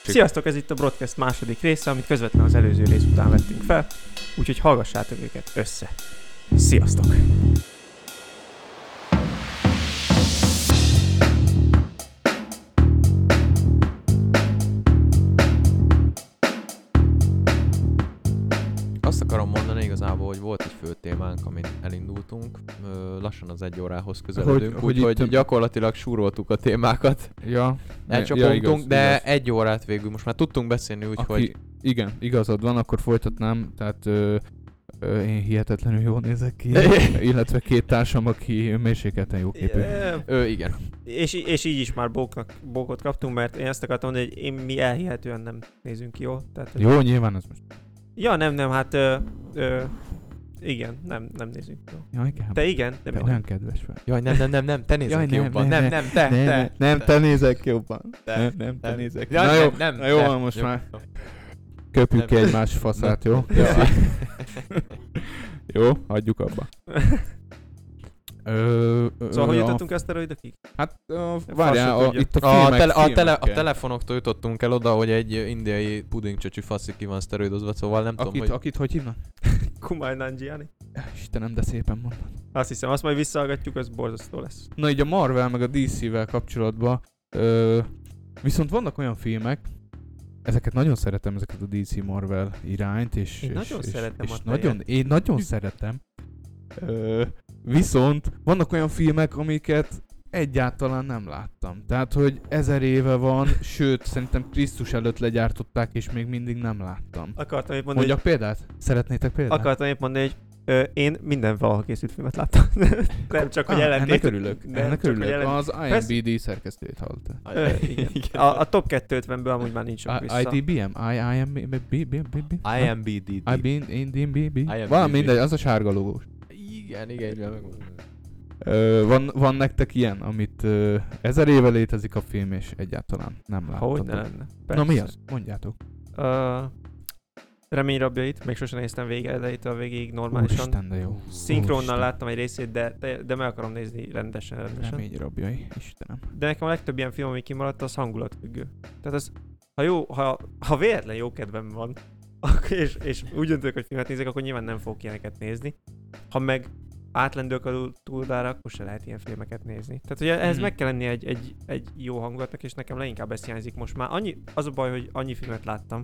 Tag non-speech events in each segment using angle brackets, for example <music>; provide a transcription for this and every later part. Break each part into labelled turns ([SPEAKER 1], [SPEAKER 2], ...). [SPEAKER 1] Tessék.
[SPEAKER 2] Sziasztok, ez itt a Broadcast második része, amit közvetlenül az előző rész után vettünk fel, úgyhogy hallgassátok őket össze. Sziasztok!
[SPEAKER 1] Azt akarom mondani igazából, hogy volt egy fő témánk, amit elindultunk. Ö, Lassan az egy órához közeledünk,
[SPEAKER 3] Hogy- hogy
[SPEAKER 1] úgyhogy
[SPEAKER 3] itt-
[SPEAKER 1] gyakorlatilag súroltuk a témákat.
[SPEAKER 3] Ja.
[SPEAKER 1] Elcsapongtunk,
[SPEAKER 3] igaz,
[SPEAKER 1] de
[SPEAKER 3] igaz.
[SPEAKER 1] egy órát végül most már tudtunk beszélni, úgyhogy...
[SPEAKER 3] Aki, igen, igazad van, akkor folytatnám, tehát ö, ö, én hihetetlenül jól
[SPEAKER 1] <laughs>
[SPEAKER 3] nézek ki, illetve két társam, aki mélységeten jó képű.
[SPEAKER 2] Yeah.
[SPEAKER 1] Ő igen.
[SPEAKER 2] És, í- és így is már bóknak, bókot kaptunk, mert én ezt akartam mondani, hogy én, mi elhihetően nem nézünk ki jól. Tehát, hogy-
[SPEAKER 3] Jó, nyilván ez most.
[SPEAKER 2] Ja, nem, nem, hát... Ö, ö, igen, nem, nem nézünk jól.
[SPEAKER 3] Jaj, igen.
[SPEAKER 2] Te igen, de mi
[SPEAKER 3] Te
[SPEAKER 2] nem.
[SPEAKER 3] olyan kedves vagy.
[SPEAKER 1] Jaj, nem, nem, nem, nem, te nézek
[SPEAKER 3] Jaj,
[SPEAKER 1] ki
[SPEAKER 3] nem,
[SPEAKER 1] jobban.
[SPEAKER 3] nem,
[SPEAKER 1] Nem,
[SPEAKER 3] ne.
[SPEAKER 1] nem, te,
[SPEAKER 3] nem,
[SPEAKER 1] te,
[SPEAKER 3] nem, te nézek jobban.
[SPEAKER 1] te,
[SPEAKER 3] nem, nem, te nézek ki.
[SPEAKER 1] Ja,
[SPEAKER 3] Na
[SPEAKER 1] nem,
[SPEAKER 3] jó,
[SPEAKER 1] nem,
[SPEAKER 3] na jó,
[SPEAKER 1] te.
[SPEAKER 3] van most
[SPEAKER 1] Jó.
[SPEAKER 3] már. Köpjük ki
[SPEAKER 1] Nem.
[SPEAKER 3] egymás faszát, jó?
[SPEAKER 1] Ja.
[SPEAKER 3] Jó, hagyjuk abba. Ö, ö,
[SPEAKER 2] <laughs> Szóval hogy
[SPEAKER 3] a-
[SPEAKER 2] jutottunk ezt a szteroidokig?
[SPEAKER 3] Hát, ö,
[SPEAKER 2] Fasza
[SPEAKER 3] várjál, a,
[SPEAKER 2] tudja.
[SPEAKER 3] itt a
[SPEAKER 1] <laughs> A,
[SPEAKER 3] filmek,
[SPEAKER 1] tele, a, tele, a
[SPEAKER 3] filmekkel.
[SPEAKER 1] telefonoktól jutottunk el oda, hogy egy ö, indiai pudingcsöcsű faszik ki van szteroidozva, szóval nem
[SPEAKER 3] akit,
[SPEAKER 1] tudom, hogy...
[SPEAKER 3] akit hogy hívnak?
[SPEAKER 2] Kumai Nanjiani?
[SPEAKER 3] Istenem, de szépen mondod.
[SPEAKER 2] Azt hiszem, azt majd visszahallgatjuk, az borzasztó lesz.
[SPEAKER 3] Na így a Marvel meg a DC-vel kapcsolatban ö, viszont vannak olyan filmek, ezeket nagyon szeretem, ezeket a DC Marvel irányt, és,
[SPEAKER 2] Én
[SPEAKER 3] és,
[SPEAKER 2] nagyon
[SPEAKER 3] és,
[SPEAKER 2] szeretem
[SPEAKER 3] és
[SPEAKER 2] a tejet.
[SPEAKER 3] nagyon, Én nagyon szeretem. Ö, viszont vannak olyan filmek, amiket egyáltalán nem láttam. Tehát, hogy ezer éve van, sőt, szerintem Krisztus előtt legyártották, és még mindig nem láttam.
[SPEAKER 2] Akartam épp mondani,
[SPEAKER 3] Mondjak példát? Szeretnétek példát?
[SPEAKER 2] Akartam épp mondani, hogy ö, én minden valaha készült filmet láttam. <laughs> nem csak, hogy
[SPEAKER 3] Ah,
[SPEAKER 2] ellentét.
[SPEAKER 3] Ennek örülök.
[SPEAKER 2] Nem,
[SPEAKER 3] ennek
[SPEAKER 2] csak, hogy
[SPEAKER 3] örülök.
[SPEAKER 2] ellen-
[SPEAKER 3] Az
[SPEAKER 2] Persze.
[SPEAKER 3] IMBD szerkesztőjét hallottál.
[SPEAKER 2] Ö,
[SPEAKER 3] <laughs>
[SPEAKER 2] igen. A, a top 250-ből amúgy már nincs sok
[SPEAKER 3] I-
[SPEAKER 2] vissza.
[SPEAKER 3] IDBM? I- IMBB?
[SPEAKER 1] IMBDD.
[SPEAKER 3] IMBD?
[SPEAKER 1] IMBD.
[SPEAKER 3] Valami mindegy, az a sárga logós.
[SPEAKER 1] Igen, igen, igen. megmondom.
[SPEAKER 3] Ö, van, van nektek ilyen, amit ö, ezer éve létezik a film, és egyáltalán nem
[SPEAKER 2] Ha
[SPEAKER 3] láttam.
[SPEAKER 2] hogy ne lenne.
[SPEAKER 3] Na mi az? Mondjátok.
[SPEAKER 2] Ö, remény rabjait, még sosem néztem vége elejétől a végéig normálisan.
[SPEAKER 3] Úristen, de jó.
[SPEAKER 2] Szinkronnal
[SPEAKER 3] Úristen.
[SPEAKER 2] láttam egy részét, de, de, de meg akarom nézni rendesen, rendesen.
[SPEAKER 3] Remény rabjai, Istenem.
[SPEAKER 2] De nekem a legtöbb ilyen film, ami kimaradt, az hangulatfüggő. Tehát az, ha jó, ha, ha véletlen jó kedvem van, <laughs> ak- és, és úgy döntök, hogy filmet nézek, akkor nyilván nem fogok ilyeneket nézni. Ha meg átlendülök a túl- túldára, akkor se lehet ilyen filmeket nézni. Tehát ugye ehhez
[SPEAKER 3] Mhm.
[SPEAKER 2] meg kell lenni egy, egy, egy jó hangulatnak, és nekem leginkább ez hiányzik most már. Annyi, az a baj, hogy annyi filmet láttam.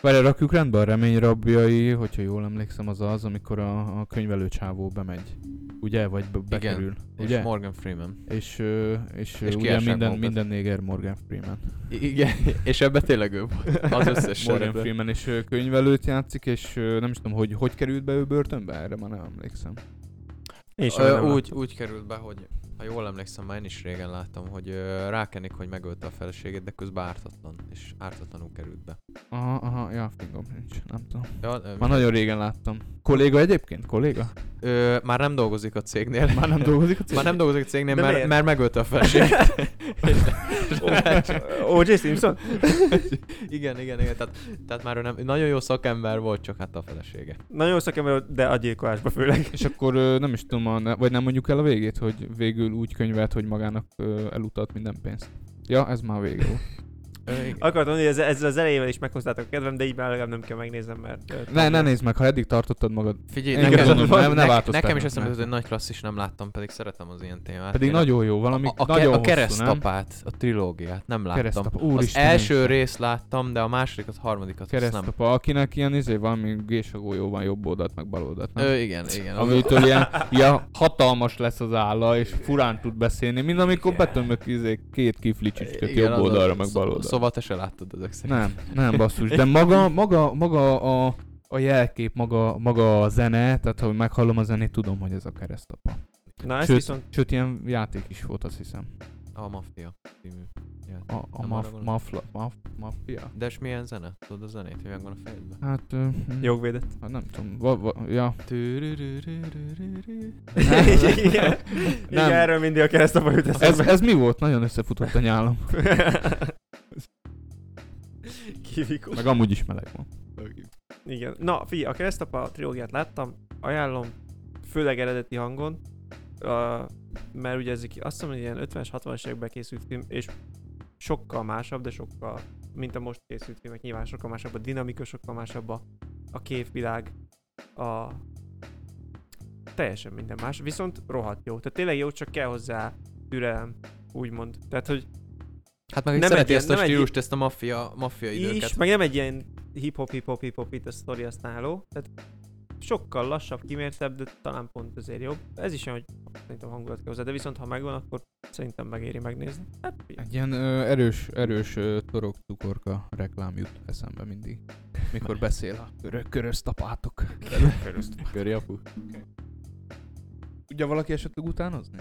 [SPEAKER 3] Várj, rakjuk rendbe a remény rabjai, hogyha jól emlékszem, az az, amikor a, a könyvelő csávó bemegy. Ugye? Vagy be-
[SPEAKER 1] Igen.
[SPEAKER 3] bekerül.
[SPEAKER 1] És
[SPEAKER 3] Ugye?
[SPEAKER 1] Morgan Freeman.
[SPEAKER 3] És, ö, és,
[SPEAKER 1] És
[SPEAKER 3] és ugye
[SPEAKER 1] kiássák
[SPEAKER 3] minden,
[SPEAKER 1] magukat.
[SPEAKER 3] minden néger Morgan Freeman.
[SPEAKER 1] Igen, <laughs> és ebbe tényleg ő volt. Az összes
[SPEAKER 3] Morgan
[SPEAKER 1] szerepe.
[SPEAKER 3] Freeman és ö, könyvelőt játszik, és ö, nem is tudom, hogy hogy került be ő börtönbe, erre már nem emlékszem.
[SPEAKER 2] <laughs> Én sem
[SPEAKER 1] Ö,
[SPEAKER 2] nem
[SPEAKER 1] úgy, úgy került be, hogy ha jól emlékszem, már én is régen láttam, hogy ö, rákenik, hogy megölte a feleségét, de közben ártatlan, és ártatlanul került be.
[SPEAKER 3] Aha, aha, ja, fingom nincs, nem tudom.
[SPEAKER 1] Ja, ö,
[SPEAKER 3] Már nagyon régen láttam. Kolléga egyébként? Kolléga? <laughs>
[SPEAKER 1] ö, már nem dolgozik a cégnél.
[SPEAKER 3] Már nem dolgozik a cég?
[SPEAKER 1] <laughs> Már nem dolgozik a cégnél,
[SPEAKER 2] De
[SPEAKER 1] mert,
[SPEAKER 2] miért?
[SPEAKER 1] mert megölte a
[SPEAKER 3] <laughs>
[SPEAKER 1] feleségét.
[SPEAKER 2] <laughs> Ó, O.J. Simpson?
[SPEAKER 1] <laughs> igen, igen, igen. Tehát, tehát már ő nem, nagyon jó szakember volt, csak hát a felesége.
[SPEAKER 2] Nagyon jó szakember, volt, de agyilkolásba főleg.
[SPEAKER 3] És akkor ö, nem is tudom, a, ne- vagy nem mondjuk el a végét, hogy végül úgy könyvelt, hogy magának ö, elutalt minden pénzt. Ja, ez már vége volt.
[SPEAKER 1] <laughs> Ö, igen.
[SPEAKER 2] Akartam mondani, hogy ezzel, ezzel az elejével is meghoztátok a kedvem, de így már legalább nem kell megnézem, mert... ö,
[SPEAKER 3] Ne, ne nézd meg, ha eddig tartottad magad.
[SPEAKER 1] Figyelj,
[SPEAKER 3] Én
[SPEAKER 1] nekem,
[SPEAKER 2] igazad van,
[SPEAKER 3] nem- ne
[SPEAKER 1] ne,
[SPEAKER 3] változtatnak
[SPEAKER 1] nekem is eszembe
[SPEAKER 3] meg.
[SPEAKER 1] jutott, hogy nagy klasszis nem láttam, pedig szeretem az ilyen témát.
[SPEAKER 3] Pedig
[SPEAKER 1] Tényleg.
[SPEAKER 3] nagyon jó, valami
[SPEAKER 1] a, a,
[SPEAKER 3] nagyon
[SPEAKER 1] ke- a
[SPEAKER 3] hosszú, nem?
[SPEAKER 1] keresztapát, a trilógiát nem láttam.
[SPEAKER 3] Keresztapa.
[SPEAKER 1] az
[SPEAKER 3] Úristen,
[SPEAKER 1] első
[SPEAKER 3] én sem.
[SPEAKER 1] részt láttam, de a másodikat, harmadikat azt nem.
[SPEAKER 3] Keresztapa, akinek ilyen izé, valami gésagolyóban jobb oldalt, meg bal oldalt, nem?
[SPEAKER 1] Ö, igen, igen. az-
[SPEAKER 3] Amitől ilyen, ilyen hatalmas lesz az álla, és furán tud beszélni, mint amikor betömök izé, két kiflicsicsköt
[SPEAKER 1] igen,
[SPEAKER 3] jobb
[SPEAKER 1] az-
[SPEAKER 3] oldalra, meg
[SPEAKER 1] szó-
[SPEAKER 3] bal oldalra.
[SPEAKER 1] Szóval te se láttad ezek szerint.
[SPEAKER 3] Nem, nem basszus, de maga, maga, maga a, a jelkép, maga, maga a zene, tehát ha meghallom a zenét, tudom, hogy ez a keresztapa.
[SPEAKER 2] Na, ezt
[SPEAKER 3] Sőt,
[SPEAKER 2] viszont
[SPEAKER 3] Sőt, ilyen játék is volt, azt hiszem.
[SPEAKER 1] A Mafia című. játék.
[SPEAKER 3] A, a
[SPEAKER 1] Nem
[SPEAKER 3] maf,
[SPEAKER 1] arra gondolok.
[SPEAKER 3] mafla, maf, mafia.
[SPEAKER 1] De és milyen zene? Tudod a zenét, hogy megvan a fejedben?
[SPEAKER 3] Hát, ö, hm,
[SPEAKER 2] jogvédett.
[SPEAKER 3] hát nem tudom, va, va, ja.
[SPEAKER 1] Tü-rü-rü-rü-rü-rü-rü.
[SPEAKER 2] <laughs> igen, igen,
[SPEAKER 3] Nem.
[SPEAKER 2] erről mindig a keresztapa jut
[SPEAKER 3] Ez,
[SPEAKER 2] eszembe.
[SPEAKER 3] ez mi volt? Nagyon összefutott a nyálam.
[SPEAKER 2] <laughs> Kivikó.
[SPEAKER 3] Meg amúgy is meleg van.
[SPEAKER 2] Igen. Na, figyelj, a keresztapa trilógiát láttam, ajánlom, főleg eredeti hangon, uh, mert ugye ez egy- azt hiszem, hogy ilyen 50-es, 60-as években készült film, és sokkal másabb, de sokkal mint a most készült filmek, nyilván sokkal másabb a dinamika, sokkal másabb a, a képvilág, a teljesen minden más, viszont rohadt jó. Tehát tényleg jó, csak kell hozzá türelem, úgymond. Tehát, hogy
[SPEAKER 1] Hát meg nem
[SPEAKER 2] Nem
[SPEAKER 1] szereti
[SPEAKER 2] egy
[SPEAKER 1] ezt a
[SPEAKER 2] ilyen- nem egy-
[SPEAKER 1] stílust, ezt a maffia, maffia időket.
[SPEAKER 2] is, meg nem egy ilyen hip-hop, hip-hop, hip-hop itt a sztori használó. Tehát sokkal lassabb, kimértebb, de talán pont azért jobb. Ez is olyan, hogy szerintem hangulat kell hozzá, de viszont ha megvan, akkor szerintem megéri megnézni. Hát, figyelj.
[SPEAKER 3] Egy ilyen ö, erős, erős ö, torok cukorka reklám jut eszembe mindig. Mikor beszél a körö- köröztapátok.
[SPEAKER 1] Körjapu.
[SPEAKER 3] Tudja valaki esetleg utánozni?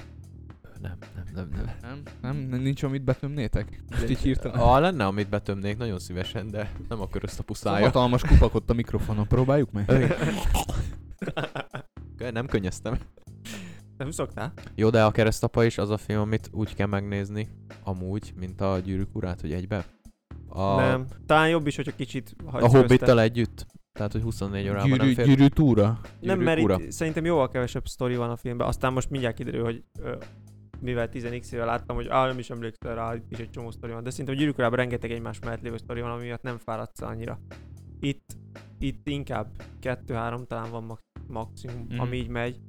[SPEAKER 1] Nem, nem, nem, nem.
[SPEAKER 3] Nem? Nem? Nincs, amit betömnétek? Most így hirtelen.
[SPEAKER 1] A Ah, lenne, amit betömnék nagyon szívesen, de nem akkor ezt a puszája.
[SPEAKER 3] Hatalmas kupak ott a mikrofonon. Próbáljuk meg?
[SPEAKER 1] nem könnyeztem.
[SPEAKER 2] Nem szoktál?
[SPEAKER 1] Jó, de a keresztapa is az a film, amit úgy kell megnézni, amúgy, mint a gyűrűk urát, hogy egybe. A,
[SPEAKER 2] Nem. Talán jobb is, hogyha kicsit hagysz
[SPEAKER 1] a hobbittal
[SPEAKER 2] közte.
[SPEAKER 1] együtt. Tehát, hogy 24 órában
[SPEAKER 3] Gyűrű,
[SPEAKER 1] nem fér. <laughs>
[SPEAKER 3] gyűrű túra.
[SPEAKER 2] Nem,
[SPEAKER 1] Gyűrűk
[SPEAKER 2] mert
[SPEAKER 1] ura.
[SPEAKER 2] itt szerintem jóval kevesebb sztori van a filmben. Aztán most mindjárt kiderül, hogy ö, mivel 10x éve láttam, hogy á, nem is emlékszem rá, itt is egy csomó sztori van. De szerintem a gyűrűk urában rengeteg egymás mellett lévő sztori van, ami miatt nem fáradsz annyira. Itt, itt inkább kettő-három talán van max- maximum,
[SPEAKER 3] Mhm.
[SPEAKER 2] ami így megy.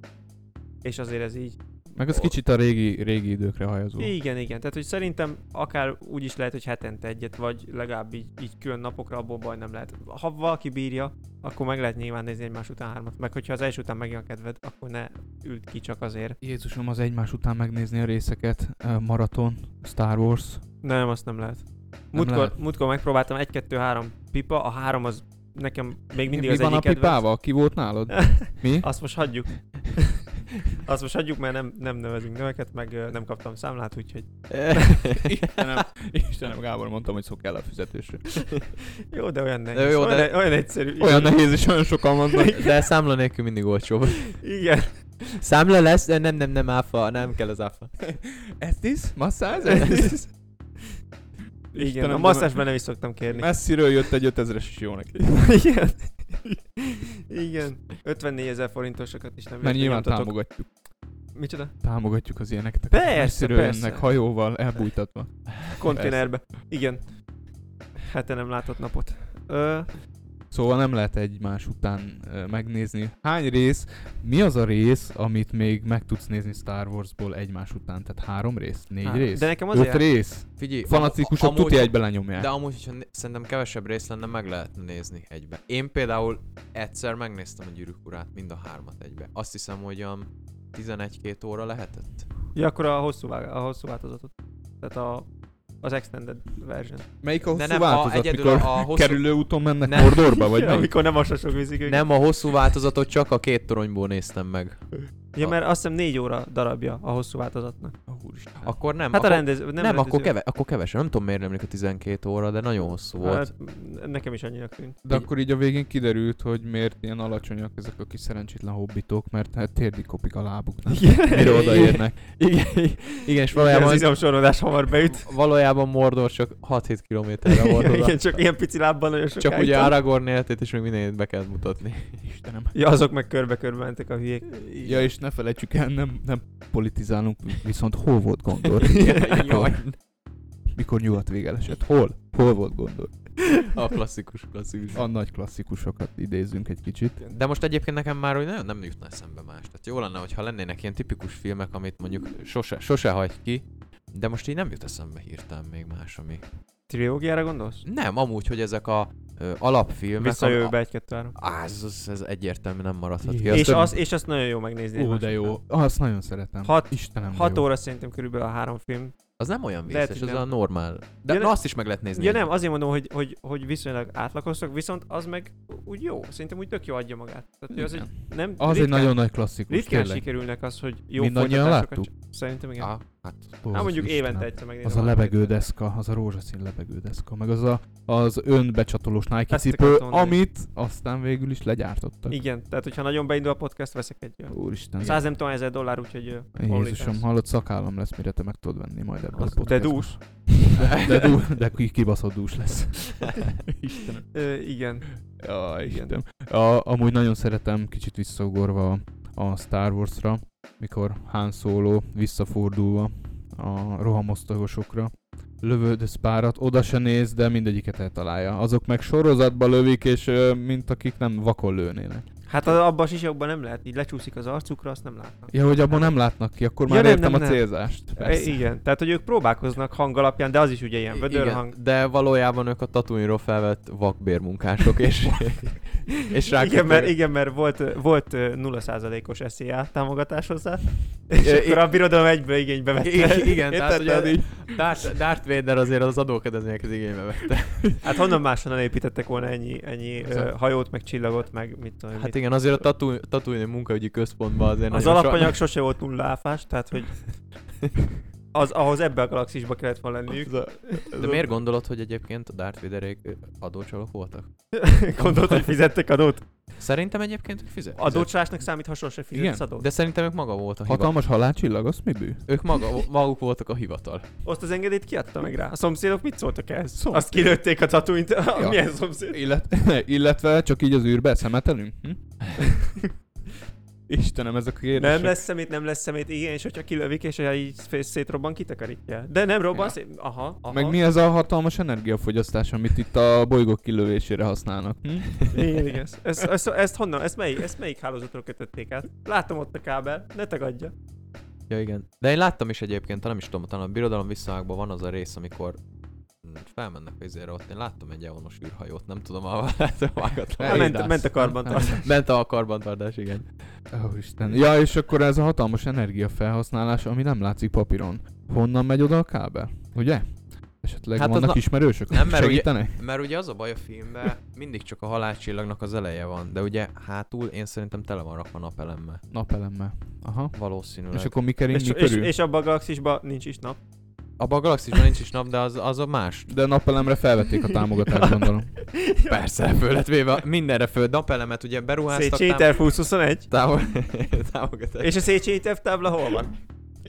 [SPEAKER 2] És azért ez így
[SPEAKER 3] Meg az kicsit a régi, régi időkre hajazó.
[SPEAKER 2] igen, igen. Tehát, hogy szerintem akár úgy is lehet, hogy hetente egyet, vagy legalább így, így külön napokra, abból baj nem lehet. Ha valaki bírja, akkor meg lehet nyilván nézni egymás után hármat. Meg hogyha az első után megjön a kedved, akkor ne üld ki csak azért.
[SPEAKER 3] Jézusom, az egymás után megnézni a részeket. Ö, Maraton, Star Wars.
[SPEAKER 2] Nem, azt nem lehet. Múltkor,
[SPEAKER 3] lehet.
[SPEAKER 2] múltkor megpróbáltam egy, kettő, három pipa, a három az nekem még mindig
[SPEAKER 3] Mi
[SPEAKER 2] az
[SPEAKER 3] van a
[SPEAKER 2] egyik kedvenc.
[SPEAKER 3] pipával? Ki volt nálad? Mi?
[SPEAKER 2] <laughs> Azt most hagyjuk. Azt most hagyjuk, mert nem, nem nevezünk neveket, meg ö, nem kaptam számlát, úgyhogy
[SPEAKER 3] Istenem, <laughs> Istenem, Gábor, mondtam, hogy szok kell a fizetésre.
[SPEAKER 2] <laughs> jó, de olyan nehéz,
[SPEAKER 1] Jó, jó, de-
[SPEAKER 2] olyan, olyan egyszerű.
[SPEAKER 3] Olyan nehéz, és olyan sokan vannak. <laughs>
[SPEAKER 1] De számla nélkül mindig olcsóbb.
[SPEAKER 2] Igen.
[SPEAKER 1] Számla lesz, de nem, nem, nem áfa, nem kell az áfa.
[SPEAKER 3] Ezt is? Masszáz?
[SPEAKER 2] Igen, a masszásban nem is szoktam kérni.
[SPEAKER 3] Messziről jött egy 5000-es is jó neki.
[SPEAKER 2] <laughs>
[SPEAKER 3] <laughs>
[SPEAKER 2] Igen. Igen. 54 ezer forintosakat is nem
[SPEAKER 3] Mert nyilván
[SPEAKER 2] nyomtatok.
[SPEAKER 3] támogatjuk.
[SPEAKER 2] Micsoda?
[SPEAKER 3] Támogatjuk az ilyeneket.
[SPEAKER 2] Persze,
[SPEAKER 3] Messziről
[SPEAKER 2] persze.
[SPEAKER 3] jönnek hajóval, elbújtatva.
[SPEAKER 2] Konténerbe. Igen. Hete nem látott napot. Ö,
[SPEAKER 3] Szóval nem lehet egymás után ö, megnézni. Hány rész? Mi az a rész, amit még meg tudsz nézni Star Warsból egymás után? Tehát három rész? Négy
[SPEAKER 2] hát,
[SPEAKER 3] rész?
[SPEAKER 2] De nekem
[SPEAKER 3] Öt
[SPEAKER 2] azért...
[SPEAKER 3] rész?
[SPEAKER 1] Figyelj,
[SPEAKER 3] Fanatikusok
[SPEAKER 1] amúgy-
[SPEAKER 3] tuti egybe lenyomják.
[SPEAKER 1] De amúgy, hogyha né- szerintem kevesebb rész lenne, meg lehetne nézni egybe. Én például egyszer megnéztem a gyűrűk urát, mind a hármat egybe. Azt hiszem, hogy olyan 11-2 óra lehetett.
[SPEAKER 2] Ja, akkor a hosszú, vág, a hosszú változatot. Tehát a, az extended version.
[SPEAKER 3] Melyik a hosszú
[SPEAKER 1] De nem, a,
[SPEAKER 3] változat,
[SPEAKER 1] egyedül
[SPEAKER 3] mikor
[SPEAKER 1] a, a hosszú,
[SPEAKER 3] kerülő úton mennek
[SPEAKER 1] Nem.
[SPEAKER 3] Mordorba,
[SPEAKER 2] <laughs>
[SPEAKER 3] <laughs> vagy melyik?
[SPEAKER 2] Amikor nem asasok viszik őket.
[SPEAKER 1] nem a hosszú változatot, csak a két toronyból néztem meg.
[SPEAKER 2] Ja, mert azt hiszem 4 óra darabja a hosszú változatnak.
[SPEAKER 3] Ó, Úristen.
[SPEAKER 1] Akkor nem.
[SPEAKER 2] Hát a
[SPEAKER 1] akkor,
[SPEAKER 2] rendező... Nem,
[SPEAKER 1] nem,
[SPEAKER 2] rendező.
[SPEAKER 1] akkor, keve, akkor kevesen. Nem tudom, miért emlik a 12 óra, de nagyon hosszú volt.
[SPEAKER 2] Hát, nekem is annyira tűnt.
[SPEAKER 3] De
[SPEAKER 1] Így-
[SPEAKER 3] akkor így a végén kiderült, hogy miért ilyen alacsonyak ezek a kis szerencsétlen hobbitok, mert hát térdig kopik a lábuk,
[SPEAKER 2] <laughs>
[SPEAKER 3] nem? Mire odaérnek?
[SPEAKER 1] Igen, igen, és
[SPEAKER 2] Igen, az
[SPEAKER 1] valójában,
[SPEAKER 2] izomsorodás hamar beüt.
[SPEAKER 1] valójában Mordor csak 6-7 kilométerre volt oda.
[SPEAKER 2] Igen, csak ilyen pici lábban nagyon sokáig.
[SPEAKER 1] Csak ugye
[SPEAKER 2] tart.
[SPEAKER 1] Aragorn életét is még mindenét be kellett mutatni.
[SPEAKER 3] Istenem.
[SPEAKER 2] Ja, azok meg körbe-körbe mentek a hülyék.
[SPEAKER 3] Ja, és ne felejtsük el, nem, nem politizálunk, viszont hol
[SPEAKER 2] <laughs>
[SPEAKER 3] volt Gondor?
[SPEAKER 1] Jaj.
[SPEAKER 3] mikor, mikor nyugat vége esett? Hol? Hol volt Gondor?
[SPEAKER 1] A klasszikus, klasszikus.
[SPEAKER 3] A nagy klasszikusokat idézünk egy kicsit.
[SPEAKER 1] De most egyébként nekem már úgy nagyon nem jutna eszembe más. Tehát jó lenne, hogyha lennének ilyen tipikus filmek, amit mondjuk sose, sose hagy ki, de most így nem jut eszembe hirtelen még más, ami...
[SPEAKER 2] Trilógiára gondolsz?
[SPEAKER 1] Nem, amúgy, hogy ezek a ö, alapfilmek... ami-
[SPEAKER 2] Visszajövőbe 1 2 3
[SPEAKER 1] Á, ez, ez, ez egyértelmű nem maradhat ki.
[SPEAKER 3] Ja,
[SPEAKER 2] és,
[SPEAKER 1] Azt-
[SPEAKER 2] az, és azt nagyon jó megnézni.
[SPEAKER 3] Ó,
[SPEAKER 2] egymás
[SPEAKER 3] de jó.
[SPEAKER 2] után.
[SPEAKER 3] Azt nagyon szeretem.
[SPEAKER 2] Hat-
[SPEAKER 3] Istenem, de
[SPEAKER 2] Hat
[SPEAKER 3] jó.
[SPEAKER 2] óra szerintem körülbelül a három film.
[SPEAKER 1] Az nem olyan
[SPEAKER 2] Lehet,
[SPEAKER 1] vészes,
[SPEAKER 2] hogy
[SPEAKER 1] az
[SPEAKER 2] nem.
[SPEAKER 1] a normál. De
[SPEAKER 2] Ja,
[SPEAKER 1] ja,
[SPEAKER 2] nem-
[SPEAKER 1] azt is meg lehet nézni.
[SPEAKER 2] Ja nem, azért mondom, hogy, hogy, hogy viszonylag átlakoztak, viszont az meg úgy jó. Szerintem úgy tök jó adja magát. Tehát, hogy az egy, nem,
[SPEAKER 3] Az egy nagyon nagy klasszikus,
[SPEAKER 2] ritkán
[SPEAKER 3] tényleg.
[SPEAKER 2] sikerülnek az, hogy jó
[SPEAKER 3] Mindannyian
[SPEAKER 2] folytatásokat
[SPEAKER 3] láttuk?
[SPEAKER 2] csin- Szerintem igen.
[SPEAKER 1] Á, hát,
[SPEAKER 3] Ó,
[SPEAKER 2] Hát mondjuk
[SPEAKER 3] Istenem.
[SPEAKER 2] évente egyszer megnézem.
[SPEAKER 3] Az a
[SPEAKER 2] két filmet.
[SPEAKER 3] levegődeszka, az a rózsaszín levegődeszka, meg az a, az önbecsatolós Nike
[SPEAKER 2] Ezt
[SPEAKER 3] cipő,
[SPEAKER 2] akartam mondani.
[SPEAKER 3] amit aztán végül is legyártottak.
[SPEAKER 2] Igen, tehát hogyha nagyon beindul a podcast, veszek egy olyan.
[SPEAKER 3] Úristen.
[SPEAKER 2] 100 nem tudom, ezer dollár, úgyhogy... ö,
[SPEAKER 3] Jézusom,
[SPEAKER 2] OnlyFans.
[SPEAKER 3] hallott szakállam lesz, mire te meg tudod venni majd ebből
[SPEAKER 2] Az- de
[SPEAKER 3] a podcastból.
[SPEAKER 2] dús.
[SPEAKER 3] De,
[SPEAKER 2] <laughs>
[SPEAKER 3] de, dú, de ki- kibaszott dús lesz. Istenem.
[SPEAKER 2] Ö, igen.
[SPEAKER 3] Ja, Istenem. A, amúgy nagyon szeretem, kicsit visszaugorva a Star Wars-ra, mikor Han Solo visszafordulva a rohamosztagosokra, lövöldöz párat, oda se néz, de mindegyiket eltalálja. Azok meg sorozatba lövik, és ö, mint akik nem vakon lőnének.
[SPEAKER 2] Hát az, abban a sisakban nem lehet, így lecsúszik az arcukra, azt nem látnak.
[SPEAKER 3] Ja, hogy abban nem látnak ki, akkor
[SPEAKER 2] Ja,
[SPEAKER 3] már
[SPEAKER 2] nem,
[SPEAKER 3] értem
[SPEAKER 2] nem,
[SPEAKER 3] a
[SPEAKER 2] nem.
[SPEAKER 3] célzást.
[SPEAKER 2] E,
[SPEAKER 3] Persze.
[SPEAKER 2] igen, tehát hogy ők próbálkoznak hang alapján, de az is ugye ilyen
[SPEAKER 1] I-
[SPEAKER 2] vödörhang.
[SPEAKER 1] de valójában ők a tatuinról felvett vakbérmunkások,
[SPEAKER 2] <laughs>
[SPEAKER 1] és, és rá
[SPEAKER 2] Igen, mert, igen, mert volt, volt ö, 0%-os SZIA támogatás hozzá, <laughs> és
[SPEAKER 1] Ö,
[SPEAKER 2] akkor a birodalom egyből igénybe vette.
[SPEAKER 1] I- igen, tehát
[SPEAKER 2] Érted?
[SPEAKER 1] ugye- Darth, Darth Vader azért az adókedvezményeket igénybe vette.
[SPEAKER 2] Hát honnan máshonnan építettek volna ennyi, ennyi ö, hajót, meg csillagot, meg mit tudom.
[SPEAKER 1] Hát
[SPEAKER 2] Hát
[SPEAKER 1] igen, azért a tatu- tatuini munkaügyi központban azért
[SPEAKER 2] az
[SPEAKER 1] nagyon
[SPEAKER 2] <laughs>
[SPEAKER 1] so-
[SPEAKER 2] alapanyag sose volt nulla áfás, tehát hogy az, ahhoz ebbe a galaxisba kellett volna lenniük.
[SPEAKER 1] De miért gondolod, hogy egyébként a Darth Vaderék ö, adócsalók voltak?
[SPEAKER 2] Gondolod, hogy fizettek adót?
[SPEAKER 1] Szerintem egyébként ők fizet.
[SPEAKER 2] Adócsalásnak számít, ha sose fizetsz
[SPEAKER 3] Igen,
[SPEAKER 2] adót.
[SPEAKER 1] De szerintem ők maga volt a hivatal.
[SPEAKER 3] Hatalmas halálcsillag, az mi bű?
[SPEAKER 1] Ők maga, maguk voltak a hivatal.
[SPEAKER 2] Azt az engedélyt kiadta meg rá. A szomszédok mit szóltak ehhez?
[SPEAKER 3] Szomszéd.
[SPEAKER 2] Azt kilőtték a tatuint.
[SPEAKER 3] Ja.
[SPEAKER 2] Ja. <laughs> Milyen szomszéd?
[SPEAKER 3] Illet- <laughs> illetve csak így az űrbe szemetelünk? Hm? <laughs> Istenem, ezek a kérdések.
[SPEAKER 2] Nem lesz szemét, nem lesz szemét, igen, és hogyha kilövik, és ha így szé- szétrobban, kitakarítja. De nem robban,
[SPEAKER 3] Ja.
[SPEAKER 2] ja. szét... aha, aha.
[SPEAKER 3] Meg mi ez a hatalmas energiafogyasztás, amit itt a bolygók kilövésére használnak? Hm?
[SPEAKER 2] Igen, igen. Ezt, ezt, ezt, honnan, ezt melyik, ezt melyik hálózatról kötötték át? Látom ott a kábel, ne tagadja.
[SPEAKER 1] Ja, igen. De én láttam is egyébként, talán nem is tudom, talán a birodalom visszavágban van az a rész, amikor mm, felmennek vizére ott. Én láttam egy eonos űrhajót, nem tudom, ahol láttam vágat.
[SPEAKER 3] Ne,
[SPEAKER 2] Hát ment-
[SPEAKER 3] Idász.
[SPEAKER 2] ment a karbantartás.
[SPEAKER 3] Nem,
[SPEAKER 1] Ment a karbantartás, igen.
[SPEAKER 3] nem. Hát, Ó, Isten. Ja, és akkor ez a hatalmas energiafelhasználás, ami nem látszik papíron. Honnan megy oda a kábel? Ugye? Esetleg
[SPEAKER 1] Hát
[SPEAKER 3] hát
[SPEAKER 1] az
[SPEAKER 3] vannak
[SPEAKER 1] na-
[SPEAKER 3] ismerősök,
[SPEAKER 1] Nem,
[SPEAKER 3] nem,
[SPEAKER 1] mert ugye-
[SPEAKER 3] segítenek?
[SPEAKER 1] Mert ugye az a baj a filmben, mindig csak a halálcsillagnak az eleje van, de ugye hátul én szerintem tele van rakva napelemmel.
[SPEAKER 3] Napelemmel. Aha.
[SPEAKER 1] Valószínűleg.
[SPEAKER 3] És akkor mi kering,
[SPEAKER 2] És,
[SPEAKER 3] mi
[SPEAKER 2] és,
[SPEAKER 3] körül?
[SPEAKER 2] és abban a galaxisban nincs is nap.
[SPEAKER 1] Abban a galaxisban nincs is nap, de az, az a más.
[SPEAKER 3] De napelemre felvették a
[SPEAKER 2] <laughs>
[SPEAKER 3] támogatást, gondolom.
[SPEAKER 1] Persze, föl lett véve, mindenre föl. Napelemet ugye beruháztak.
[SPEAKER 2] Széchenyi terv 2021.
[SPEAKER 1] Távol... Támogatás.
[SPEAKER 2] És a Széchenyi terv tábla hol van?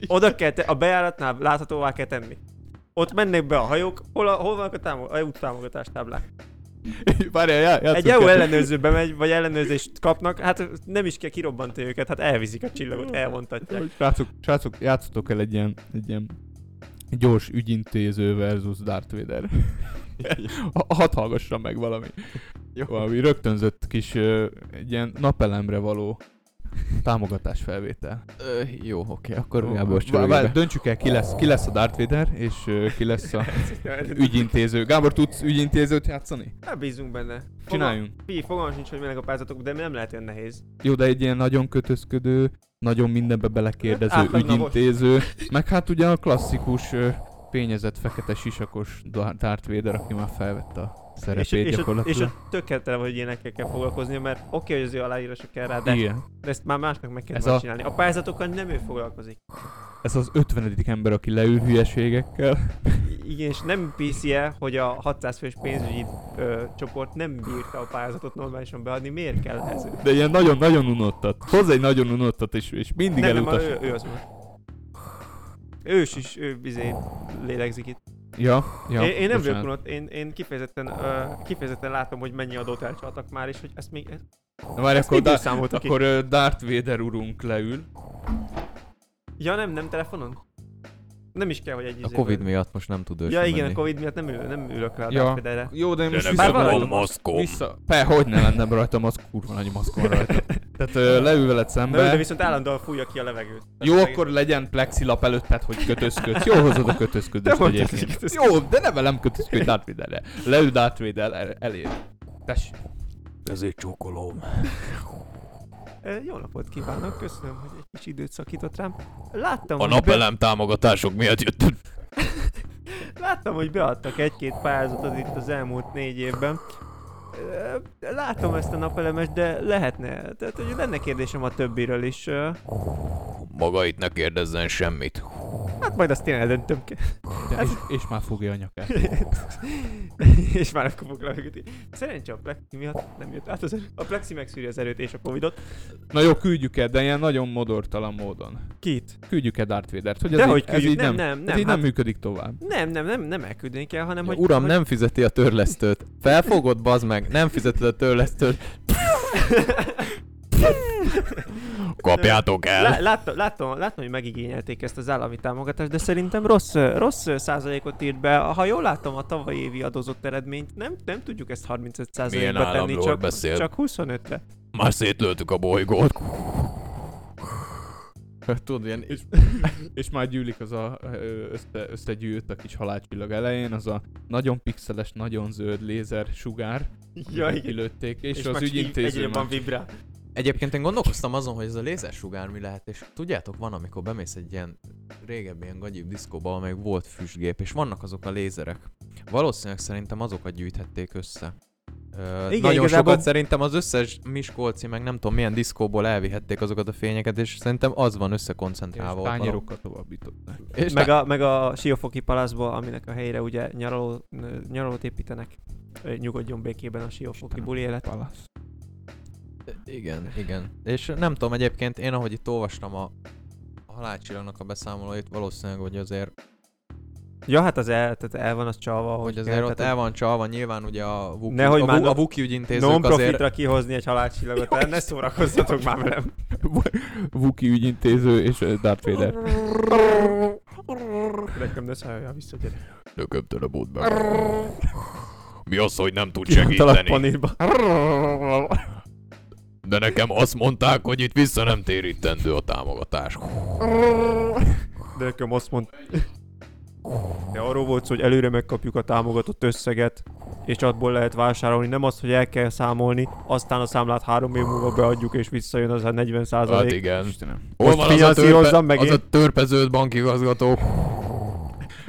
[SPEAKER 2] Oda kell, te, a bejáratnál láthatóvá kell tenni. Ott mennek be a hajók, hol, a, hol vannak a, támog, a EU támogatás táblák.
[SPEAKER 3] Várjál, já, játsszuk
[SPEAKER 2] Egy EU
[SPEAKER 3] el.
[SPEAKER 2] ellenőrző bemegy, vagy ellenőrzést kapnak, hát nem is kell kirobbantani őket, hát elviszik a csillagot, elvontatják.
[SPEAKER 3] Srácok, srácok, játszotok el egy ilyen, egy ilyen gyors ügyintéző versus Darth Vader.
[SPEAKER 1] <laughs>
[SPEAKER 3] Ha- Hadd hallgassa meg valami.
[SPEAKER 1] Jó.
[SPEAKER 3] Valami rögtönzött kis ö, egy ilyen napelemre való támogatás felvétel.
[SPEAKER 1] Ö, jó, oké, akkor
[SPEAKER 3] Vá-
[SPEAKER 1] Gábor
[SPEAKER 3] vá-
[SPEAKER 1] csörögébe.
[SPEAKER 3] Döntsük el, ki lesz, ki lesz a Darth Vader, és ö, ki lesz
[SPEAKER 1] <laughs>
[SPEAKER 3] a ügyintéző. Gábor, tudsz ügyintézőt játszani?
[SPEAKER 2] Hát bízunk benne. Fogal-
[SPEAKER 3] Csináljunk.
[SPEAKER 2] Fi, fogalmam sincs, hogy milyenek a pályázatok, de nem lehet olyan nehéz.
[SPEAKER 3] Jó, de egy ilyen nagyon kötözködő, nagyon mindenbe belekérdező
[SPEAKER 2] Hát, átlag napos.
[SPEAKER 3] ügyintéző, meg hát ugye a klasszikus ö, fényezett fekete sisakos Dar- Darth Vader, aki már felvette a
[SPEAKER 2] És,
[SPEAKER 3] szerepét
[SPEAKER 2] és, ott, és
[SPEAKER 3] gyakorlatilag.
[SPEAKER 2] ott tökéletlen, hogy ilyenekkel kell foglalkozni, mert oké, okay, hogy az ő aláírása kell rá, de,
[SPEAKER 3] Igen.
[SPEAKER 2] de ezt már másnak meg kell
[SPEAKER 3] Ez
[SPEAKER 2] majd
[SPEAKER 3] a-
[SPEAKER 2] csinálni. A pályázatokkal nem ő foglalkozik.
[SPEAKER 3] Ez az 50. ember, aki leül hülyeségekkel.
[SPEAKER 2] Igen, és nem piszi el, hogy a 600 fős pénzügyi ö, csoport nem bírta a pályázatot normálisan beadni. Miért kell ez?
[SPEAKER 3] De ilyen nagyon-nagyon unottat. Hoz egy nagyon unottat, és, és mindig
[SPEAKER 2] Nem, nem,
[SPEAKER 3] elutas.
[SPEAKER 2] ő, ő az már. Ős is, ő bizé lélegzik itt.
[SPEAKER 3] Ja, ja.
[SPEAKER 2] Ja, én, én nem vagyok
[SPEAKER 3] bocsánat.
[SPEAKER 2] unott, én, én kifejezetten, ö, kifejezetten látom, hogy mennyi adót elcsaltak már, és hogy ezt még... Ezt,
[SPEAKER 3] Na várj,
[SPEAKER 2] ezt
[SPEAKER 3] akkor,
[SPEAKER 2] miből
[SPEAKER 3] da-
[SPEAKER 2] számoltak ki?
[SPEAKER 3] akkor ö, Darth Vader urunk leül.
[SPEAKER 2] Ja nem, nem telefonon? Nem is kell, hogy egy
[SPEAKER 1] A
[SPEAKER 2] izéből-
[SPEAKER 1] Covid miatt most nem tud
[SPEAKER 2] Ja
[SPEAKER 1] ősre
[SPEAKER 2] igen,
[SPEAKER 1] menni.
[SPEAKER 2] a Covid miatt nem, ül, nem ülök rá
[SPEAKER 3] Ja.
[SPEAKER 2] ja. erre.
[SPEAKER 3] Jó, de én
[SPEAKER 2] Bár
[SPEAKER 3] most
[SPEAKER 2] van
[SPEAKER 3] visszamegyek.
[SPEAKER 2] rajta
[SPEAKER 4] maszkom.
[SPEAKER 3] Vissza. Pe, hogy ne lenne rajta maszk, kurva nagy maszk van rajta. Tehát ö, leül veled
[SPEAKER 2] Na jó, de
[SPEAKER 3] szembe.
[SPEAKER 2] viszont állandóan fújja ki a levegőt.
[SPEAKER 3] Jó,
[SPEAKER 2] Tehát
[SPEAKER 3] akkor legyen plexilap előtted, hogy kötözködsz. Jó hozod a
[SPEAKER 2] Te
[SPEAKER 3] kötözködést
[SPEAKER 2] mondtad,
[SPEAKER 3] egyébként.
[SPEAKER 2] hogy kötözködsz.
[SPEAKER 3] Jó, de ne velem kötözködj Darth Vaderre. Leül Darth Vader el- elé. Tessék.
[SPEAKER 4] Ezért csókolom.
[SPEAKER 2] Ö, Jó napot kívánok, köszönöm, hogy egy kis időt szakított rám. Láttam,
[SPEAKER 4] A
[SPEAKER 2] hogy be,
[SPEAKER 4] napelem támogatások miatt jöttünk.
[SPEAKER 2] láttam, hogy beadtak egy-két pályázatot itt az elmúlt négy évben. Ö, Látom ezt a napelemes, de lehetne. Tehát, hogy lenne kérdésem a többiről is. Ö,
[SPEAKER 4] Maga itt ne kérdezzen semmit.
[SPEAKER 2] Hát majd azt én eldöntöm.
[SPEAKER 3] De, és, és már fogja a nyakát.
[SPEAKER 2] és már akkor fog levegőt. Szerencsé a plexi miatt nem jött át az erő. A plexi megszűri az erőt és a covidot.
[SPEAKER 3] Na jó, küldjük el, de ilyen nagyon modortalan módon.
[SPEAKER 2] Kit?
[SPEAKER 3] Küldjük el Darth Vadert. Hogy ez,
[SPEAKER 2] Dehogy
[SPEAKER 3] így, ez így
[SPEAKER 2] küldjük.
[SPEAKER 3] nem,
[SPEAKER 2] Nem, nem, nem.
[SPEAKER 3] ez így nem
[SPEAKER 2] hát-
[SPEAKER 3] működik tovább.
[SPEAKER 2] Nem, nem, nem, nem elküldeni kell, hanem
[SPEAKER 1] Ja,
[SPEAKER 2] hogy...
[SPEAKER 1] Uram,
[SPEAKER 2] hogy...
[SPEAKER 1] nem fizeti a törlesztőt. Felfogod, bazd meg, nem fizeted a törlesztőt.
[SPEAKER 4] Kapjátok
[SPEAKER 2] Lá-
[SPEAKER 4] el!
[SPEAKER 2] Láttam, láttam, láttam, hogy megigényelték ezt az állami támogatást, de szerintem rossz, ö, rossz ö, százalékot írt be. Ha jól látom a tavalyi évi adózott eredményt, nem, nem tudjuk ezt 35
[SPEAKER 4] Milyen
[SPEAKER 2] százalékba tenni,
[SPEAKER 4] államról
[SPEAKER 2] csak,
[SPEAKER 4] beszél?
[SPEAKER 2] csak 25-re.
[SPEAKER 4] Már szétlőtük a bolygót.
[SPEAKER 3] Tudod, ilyen,
[SPEAKER 2] <laughs>
[SPEAKER 3] és, és már gyűlik az a ö, össze, összegyűlt a kis halálcsillag elején, az a nagyon pixeles, nagyon zöld lézer sugár,
[SPEAKER 2] Ja, igen.
[SPEAKER 3] kilőtték, és, és az
[SPEAKER 2] már így egyre
[SPEAKER 3] ügyintéző
[SPEAKER 2] jobban
[SPEAKER 3] már
[SPEAKER 2] vibrál.
[SPEAKER 1] Egyébként én gondolkoztam azon, hogy ez a lézersugár mi lehet, és tudjátok, van, amikor bemész egy ilyen régebbi, ilyen gagyibb diszkóba, amely volt füstgép, és vannak azok a lézerek. Valószínűleg szerintem azokat gyűjthették össze. Ö,
[SPEAKER 2] Igen,
[SPEAKER 1] Igen, nagyon
[SPEAKER 2] igazából-
[SPEAKER 1] sokat szerintem az összes Miskolci, meg nem tudom milyen diszkóból elvihették azokat a fényeket, és szerintem az van összekoncentrálva.
[SPEAKER 3] és
[SPEAKER 1] ott valahol.
[SPEAKER 3] tányérokkal továbbították.
[SPEAKER 2] meg,
[SPEAKER 1] És meg a...
[SPEAKER 2] a, meg a Siófoki palaszból, aminek a helyére ugye nyaraló, n- nyaralót építenek. Ö, Nyugodjon békében a Siófoki
[SPEAKER 3] Istenem.
[SPEAKER 2] buli élet.
[SPEAKER 3] Palasz.
[SPEAKER 1] Igen, igen. És nem tudom, egyébként én ahogy itt olvastam a a halálcsillagnak a beszámolóit, valószínűleg, hogy azért
[SPEAKER 2] Ja, hát az el, tehát el van az csalva,
[SPEAKER 1] hogy
[SPEAKER 2] hogy
[SPEAKER 1] azért ott el van csalva, nyilván ugye a Vuki,
[SPEAKER 2] Nehogy
[SPEAKER 1] a,
[SPEAKER 2] már
[SPEAKER 1] Vu- a
[SPEAKER 2] no-
[SPEAKER 1] Vuki ügyintézők azért...
[SPEAKER 2] non-profitra kihozni egy halálcsillagot, el, ne szórakozzatok már velem.
[SPEAKER 3] <laughs> Vuki ügyintéző és ö, Darth Vader.
[SPEAKER 2] Nekem ne szálljál vissza, gyere.
[SPEAKER 4] Lököptöd a bótba. Mi az, hogy nem tud
[SPEAKER 2] Talán
[SPEAKER 4] segíteni?
[SPEAKER 2] panélba.
[SPEAKER 4] De nekem azt mondták, hogy itt vissza nem térítendő a támogatás.
[SPEAKER 2] De nekem azt mond... De arról volt szó, hogy előre megkapjuk a támogatott összeget, és abból lehet vásárolni. Nem azt, hogy el kell számolni, aztán a számlát három év múlva beadjuk, és visszajön az a 40
[SPEAKER 4] Hát
[SPEAKER 2] százalék.
[SPEAKER 4] igen.
[SPEAKER 3] Istenem.
[SPEAKER 4] Hol
[SPEAKER 2] Most
[SPEAKER 4] van az a, törpe,
[SPEAKER 2] finanszírozzam meg
[SPEAKER 4] az
[SPEAKER 2] én.
[SPEAKER 4] a törpeződ bankigazgató?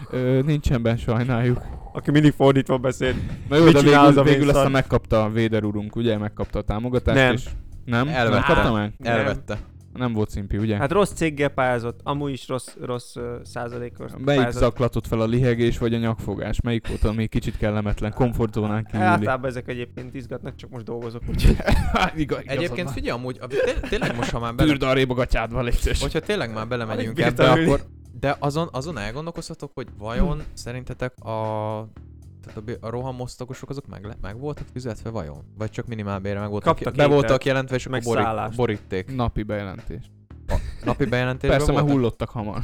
[SPEAKER 3] Ö, nincsen benne, sajnáljuk.
[SPEAKER 2] Aki mindig fordítva beszél.
[SPEAKER 3] Na jó,
[SPEAKER 2] Mit
[SPEAKER 3] de
[SPEAKER 2] csinál az
[SPEAKER 3] végül,
[SPEAKER 2] a
[SPEAKER 3] végül
[SPEAKER 2] vénszar?
[SPEAKER 3] aztán megkapta a Véder urunk, ugye? Megkapta a támogatást,
[SPEAKER 2] Nem.
[SPEAKER 3] és... Nem? Nem
[SPEAKER 1] Elvette.
[SPEAKER 3] kapta meg?
[SPEAKER 1] Elvette.
[SPEAKER 3] Nem volt szimpi, ugye?
[SPEAKER 2] Hát rossz céggel pályázott, amúgy is rossz, rossz ö, százalékos
[SPEAKER 3] Melyik
[SPEAKER 2] pályázott.
[SPEAKER 3] zaklatott fel a lihegés vagy a nyakfogás? Melyik volt, ami kicsit kellemetlen, komfortzónán kívüli?
[SPEAKER 2] Hát Általában ezek egyébként izgatnak, csak most dolgozok, <laughs> úgyhogy
[SPEAKER 3] Igaz,
[SPEAKER 1] Egyébként figyelj, amúgy, a- té- tényleg most, ha már bele,
[SPEAKER 3] Tűrd arrébb a gatyádval, légy
[SPEAKER 1] hogyha tényleg már belemegyünk
[SPEAKER 2] Alig
[SPEAKER 1] ebbe,
[SPEAKER 2] bírtam ülni.
[SPEAKER 1] akkor... De azon, azon elgondolkozhatok, hogy vajon szerintetek a, tehát a, bi- a rohamosztagosok azok meg, le- meg voltak fizetve vajon? Vagy csak minimálbérre meg voltak?
[SPEAKER 2] Kaptak
[SPEAKER 1] be
[SPEAKER 2] ételt,
[SPEAKER 1] voltak jelentve, és
[SPEAKER 2] meg
[SPEAKER 1] akkor borít,
[SPEAKER 2] szállást.
[SPEAKER 1] borítték.
[SPEAKER 3] Napi bejelentés.
[SPEAKER 1] Napi bejelentésben
[SPEAKER 3] Persze, mert
[SPEAKER 1] voltak?
[SPEAKER 3] hullottak
[SPEAKER 2] <laughs>
[SPEAKER 3] hamar.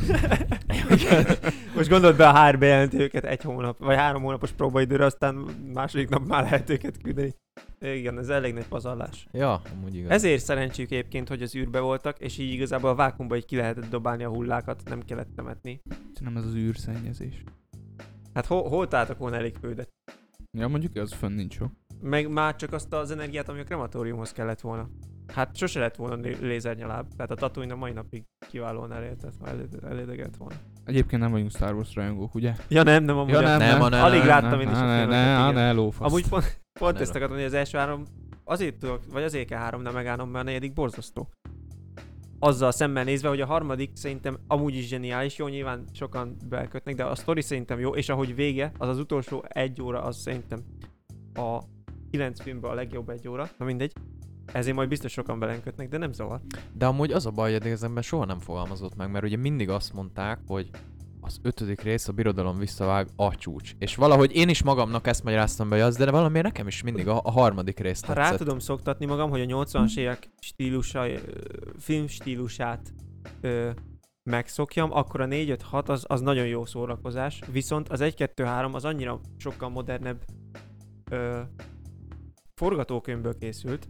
[SPEAKER 2] Most gondold be a hár bejelenti őket egy hónap, vagy három hónapos próbaidőre, aztán második nap már lehet őket küldeni. Igen, ez elég nagy pazarlás.
[SPEAKER 1] Ja, amúgy igaz.
[SPEAKER 2] Ezért szerencsük egyébként, hogy az űrbe voltak, és így igazából a vákumba így ki lehetett dobálni a hullákat, nem kellett temetni.
[SPEAKER 3] Nem ez az űrszennyezés.
[SPEAKER 2] Hát hol, hol táltak volna elég földet?
[SPEAKER 3] Ja, mondjuk az fönn nincs sok.
[SPEAKER 2] Meg már csak azt az energiát, ami a krematóriumhoz kellett volna. Hát sose lett volna lé- lézernyaláb, tehát a Tatooine a mai napig kiválóan elértett, elé- elégedett volna.
[SPEAKER 3] Egyébként nem vagyunk Star Wars rajongók, ugye?
[SPEAKER 2] Ja nem, nem amúgy.
[SPEAKER 3] Ja,
[SPEAKER 2] nem.
[SPEAKER 3] nem,
[SPEAKER 1] nem,
[SPEAKER 3] nem.
[SPEAKER 1] a nem,
[SPEAKER 2] Alig
[SPEAKER 1] nem,
[SPEAKER 2] láttam én is a
[SPEAKER 3] Ne, ne,
[SPEAKER 2] filmet,
[SPEAKER 3] ne,
[SPEAKER 2] igen.
[SPEAKER 3] ne, lófasz.
[SPEAKER 2] Amúgy pont, pont
[SPEAKER 1] Nem.
[SPEAKER 2] ezt akartam, hogy az első három, azért tudok, vagy azért kell háromnál megállnom, mert a negyedik borzasztó. Azzal szemmel nézve, hogy a harmadik szerintem amúgy is zseniális, jó, nyilván sokan belkötnek, de a sztori szerintem jó, és ahogy vége, az az utolsó egy óra, az szerintem a kilenc filmben a legjobb egy óra, na mindegy. Ezért majd biztos sokan belenkötnek, de nem zavar.
[SPEAKER 1] De amúgy az a baj, hogy az ember soha nem fogalmazott meg, mert ugye mindig azt mondták, hogy az ötödik rész a birodalom visszavág a csúcs. És valahogy én is magamnak ezt magyaráztam be, hogy az, de valamiért nekem is mindig a, a harmadik rész
[SPEAKER 2] Ha
[SPEAKER 1] tetszett.
[SPEAKER 2] rá tudom szoktatni magam, hogy a 80-as évek stílusa, ö, film stílusát ö, megszokjam, akkor a 4-5-6 az, az nagyon jó szórakozás, viszont az 1-2-3 az annyira sokkal modernebb ö, forgatókönyvből készült,